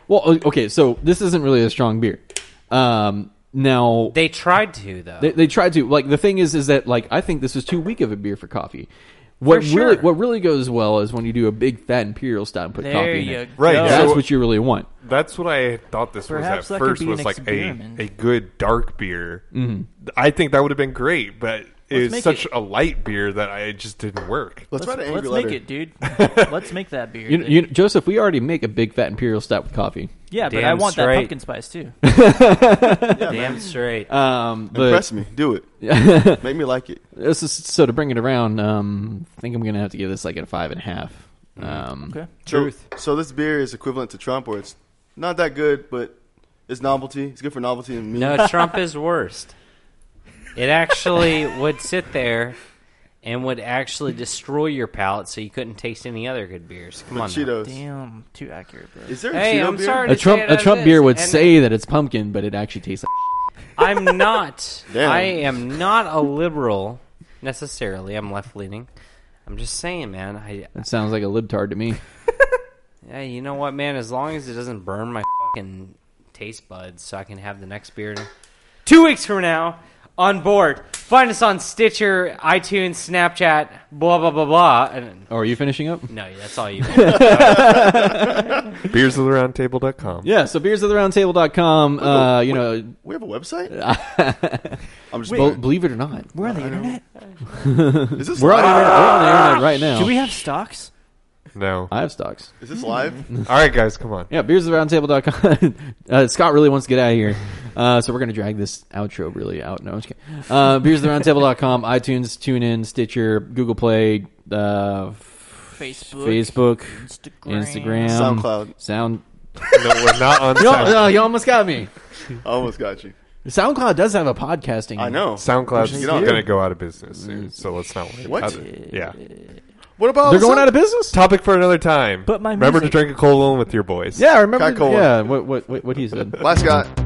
Speaker 1: well, o- okay. So this isn't really a strong beer. Um, now
Speaker 5: They tried to though.
Speaker 1: They, they tried to. Like the thing is, is that like I think this is too weak of a beer for coffee. What
Speaker 5: For sure.
Speaker 1: really what really goes well is when you do a big fat imperial stout and put
Speaker 2: There
Speaker 1: coffee in
Speaker 2: you
Speaker 1: it.
Speaker 2: go. Right,
Speaker 1: That's
Speaker 4: so-
Speaker 1: what you really want.
Speaker 4: That's what I thought this
Speaker 2: Perhaps
Speaker 4: was
Speaker 2: that
Speaker 4: at
Speaker 2: could
Speaker 4: first
Speaker 2: be
Speaker 4: was
Speaker 2: an
Speaker 4: like a,
Speaker 2: experiment.
Speaker 4: a good dark beer.
Speaker 1: Mm-hmm.
Speaker 4: I think that would have been great, but
Speaker 2: make
Speaker 4: it's such
Speaker 2: it-
Speaker 4: a light beer that I it just didn't work.
Speaker 3: Let's, write an
Speaker 2: let's
Speaker 3: angry letter.
Speaker 2: make it, dude. let's make that beer.
Speaker 1: You, you, Joseph, we already make a big fat imperial stout with coffee.
Speaker 2: yeah, but
Speaker 5: Damn
Speaker 2: I want
Speaker 5: straight.
Speaker 2: that pumpkin spice too.
Speaker 5: Damn straight.
Speaker 1: Um, but
Speaker 3: Impress me. Do it. Make me like it.
Speaker 1: this is, so to bring it around, um, I think I'm gonna have to give this like a five and a half. Um,
Speaker 2: Okay.
Speaker 3: So-
Speaker 1: Truth.
Speaker 3: So, this beer is equivalent to Trump, or it's not that good, but it's novelty. It's good for novelty and me.
Speaker 5: No, Trump is worst. It actually would sit there and would actually destroy your palate, so you couldn't taste any other good beers. Come on, now.
Speaker 3: Cheetos.
Speaker 2: Damn, too accurate, bro.
Speaker 3: Is there a
Speaker 5: Hey,
Speaker 3: Cheeto
Speaker 5: I'm
Speaker 3: beer?
Speaker 5: sorry.
Speaker 1: A
Speaker 5: to
Speaker 1: Trump
Speaker 5: say it
Speaker 1: a
Speaker 5: as
Speaker 1: Trump
Speaker 5: is,
Speaker 1: beer would
Speaker 5: and-
Speaker 1: say that it's pumpkin, but it actually tastes like
Speaker 5: I'm not.
Speaker 3: Damn.
Speaker 5: I am not a liberal necessarily. I'm left leaning. I'm just saying, man. I,
Speaker 1: that sounds like a libtard to me.
Speaker 5: hey, you know what, man? As long as it doesn't burn my fucking taste buds, so I can have the next beer two weeks from now on board. Find us on Stitcher, iTunes, Snapchat, blah blah blah blah. And,
Speaker 1: Oh, are you finishing up?
Speaker 5: no, that's all you.
Speaker 4: Beersoftheroundtable.com.
Speaker 1: Yeah, so beers of the roundtable.com, uh, you know,
Speaker 3: We have a website? I'm just.
Speaker 1: Well, believe it or not,
Speaker 2: We're on the internet.
Speaker 3: is this
Speaker 1: we're on, the
Speaker 3: live?
Speaker 1: Ah, internet, we're on the internet right now.
Speaker 2: Do we have stocks?
Speaker 4: No.
Speaker 1: I have stocks.
Speaker 3: Is this live?
Speaker 4: All right, guys, come on.
Speaker 1: Yeah, beers of roundtable.com. uh, Scott really wants to get out of here. Uh, so we're going to drag this outro really out. No, I'm just kidding. Uh, beers of roundtable.com, iTunes, TuneIn, Stitcher, Google Play, uh,
Speaker 2: Facebook,
Speaker 1: Facebook,
Speaker 2: Instagram.
Speaker 1: Instagram,
Speaker 3: SoundCloud.
Speaker 1: Sound.
Speaker 4: No, we're not on
Speaker 1: You,
Speaker 4: Sound-
Speaker 1: al- you uh, almost got me.
Speaker 3: I almost got you.
Speaker 1: SoundCloud does have a podcasting.
Speaker 3: I know.
Speaker 4: SoundCloud's
Speaker 3: Get on.
Speaker 4: going to go out of business soon,
Speaker 1: Mm.
Speaker 4: so let's not worry
Speaker 3: What?
Speaker 4: about it. Yeah.
Speaker 3: What about
Speaker 1: They're going out of business?
Speaker 4: Topic for another time.
Speaker 2: But my
Speaker 4: Remember
Speaker 2: music-
Speaker 4: to drink a cold one with your boys.
Speaker 1: Yeah, I remember.
Speaker 3: Got going.
Speaker 1: Yeah, what, what, what, what he said.
Speaker 3: Last guy.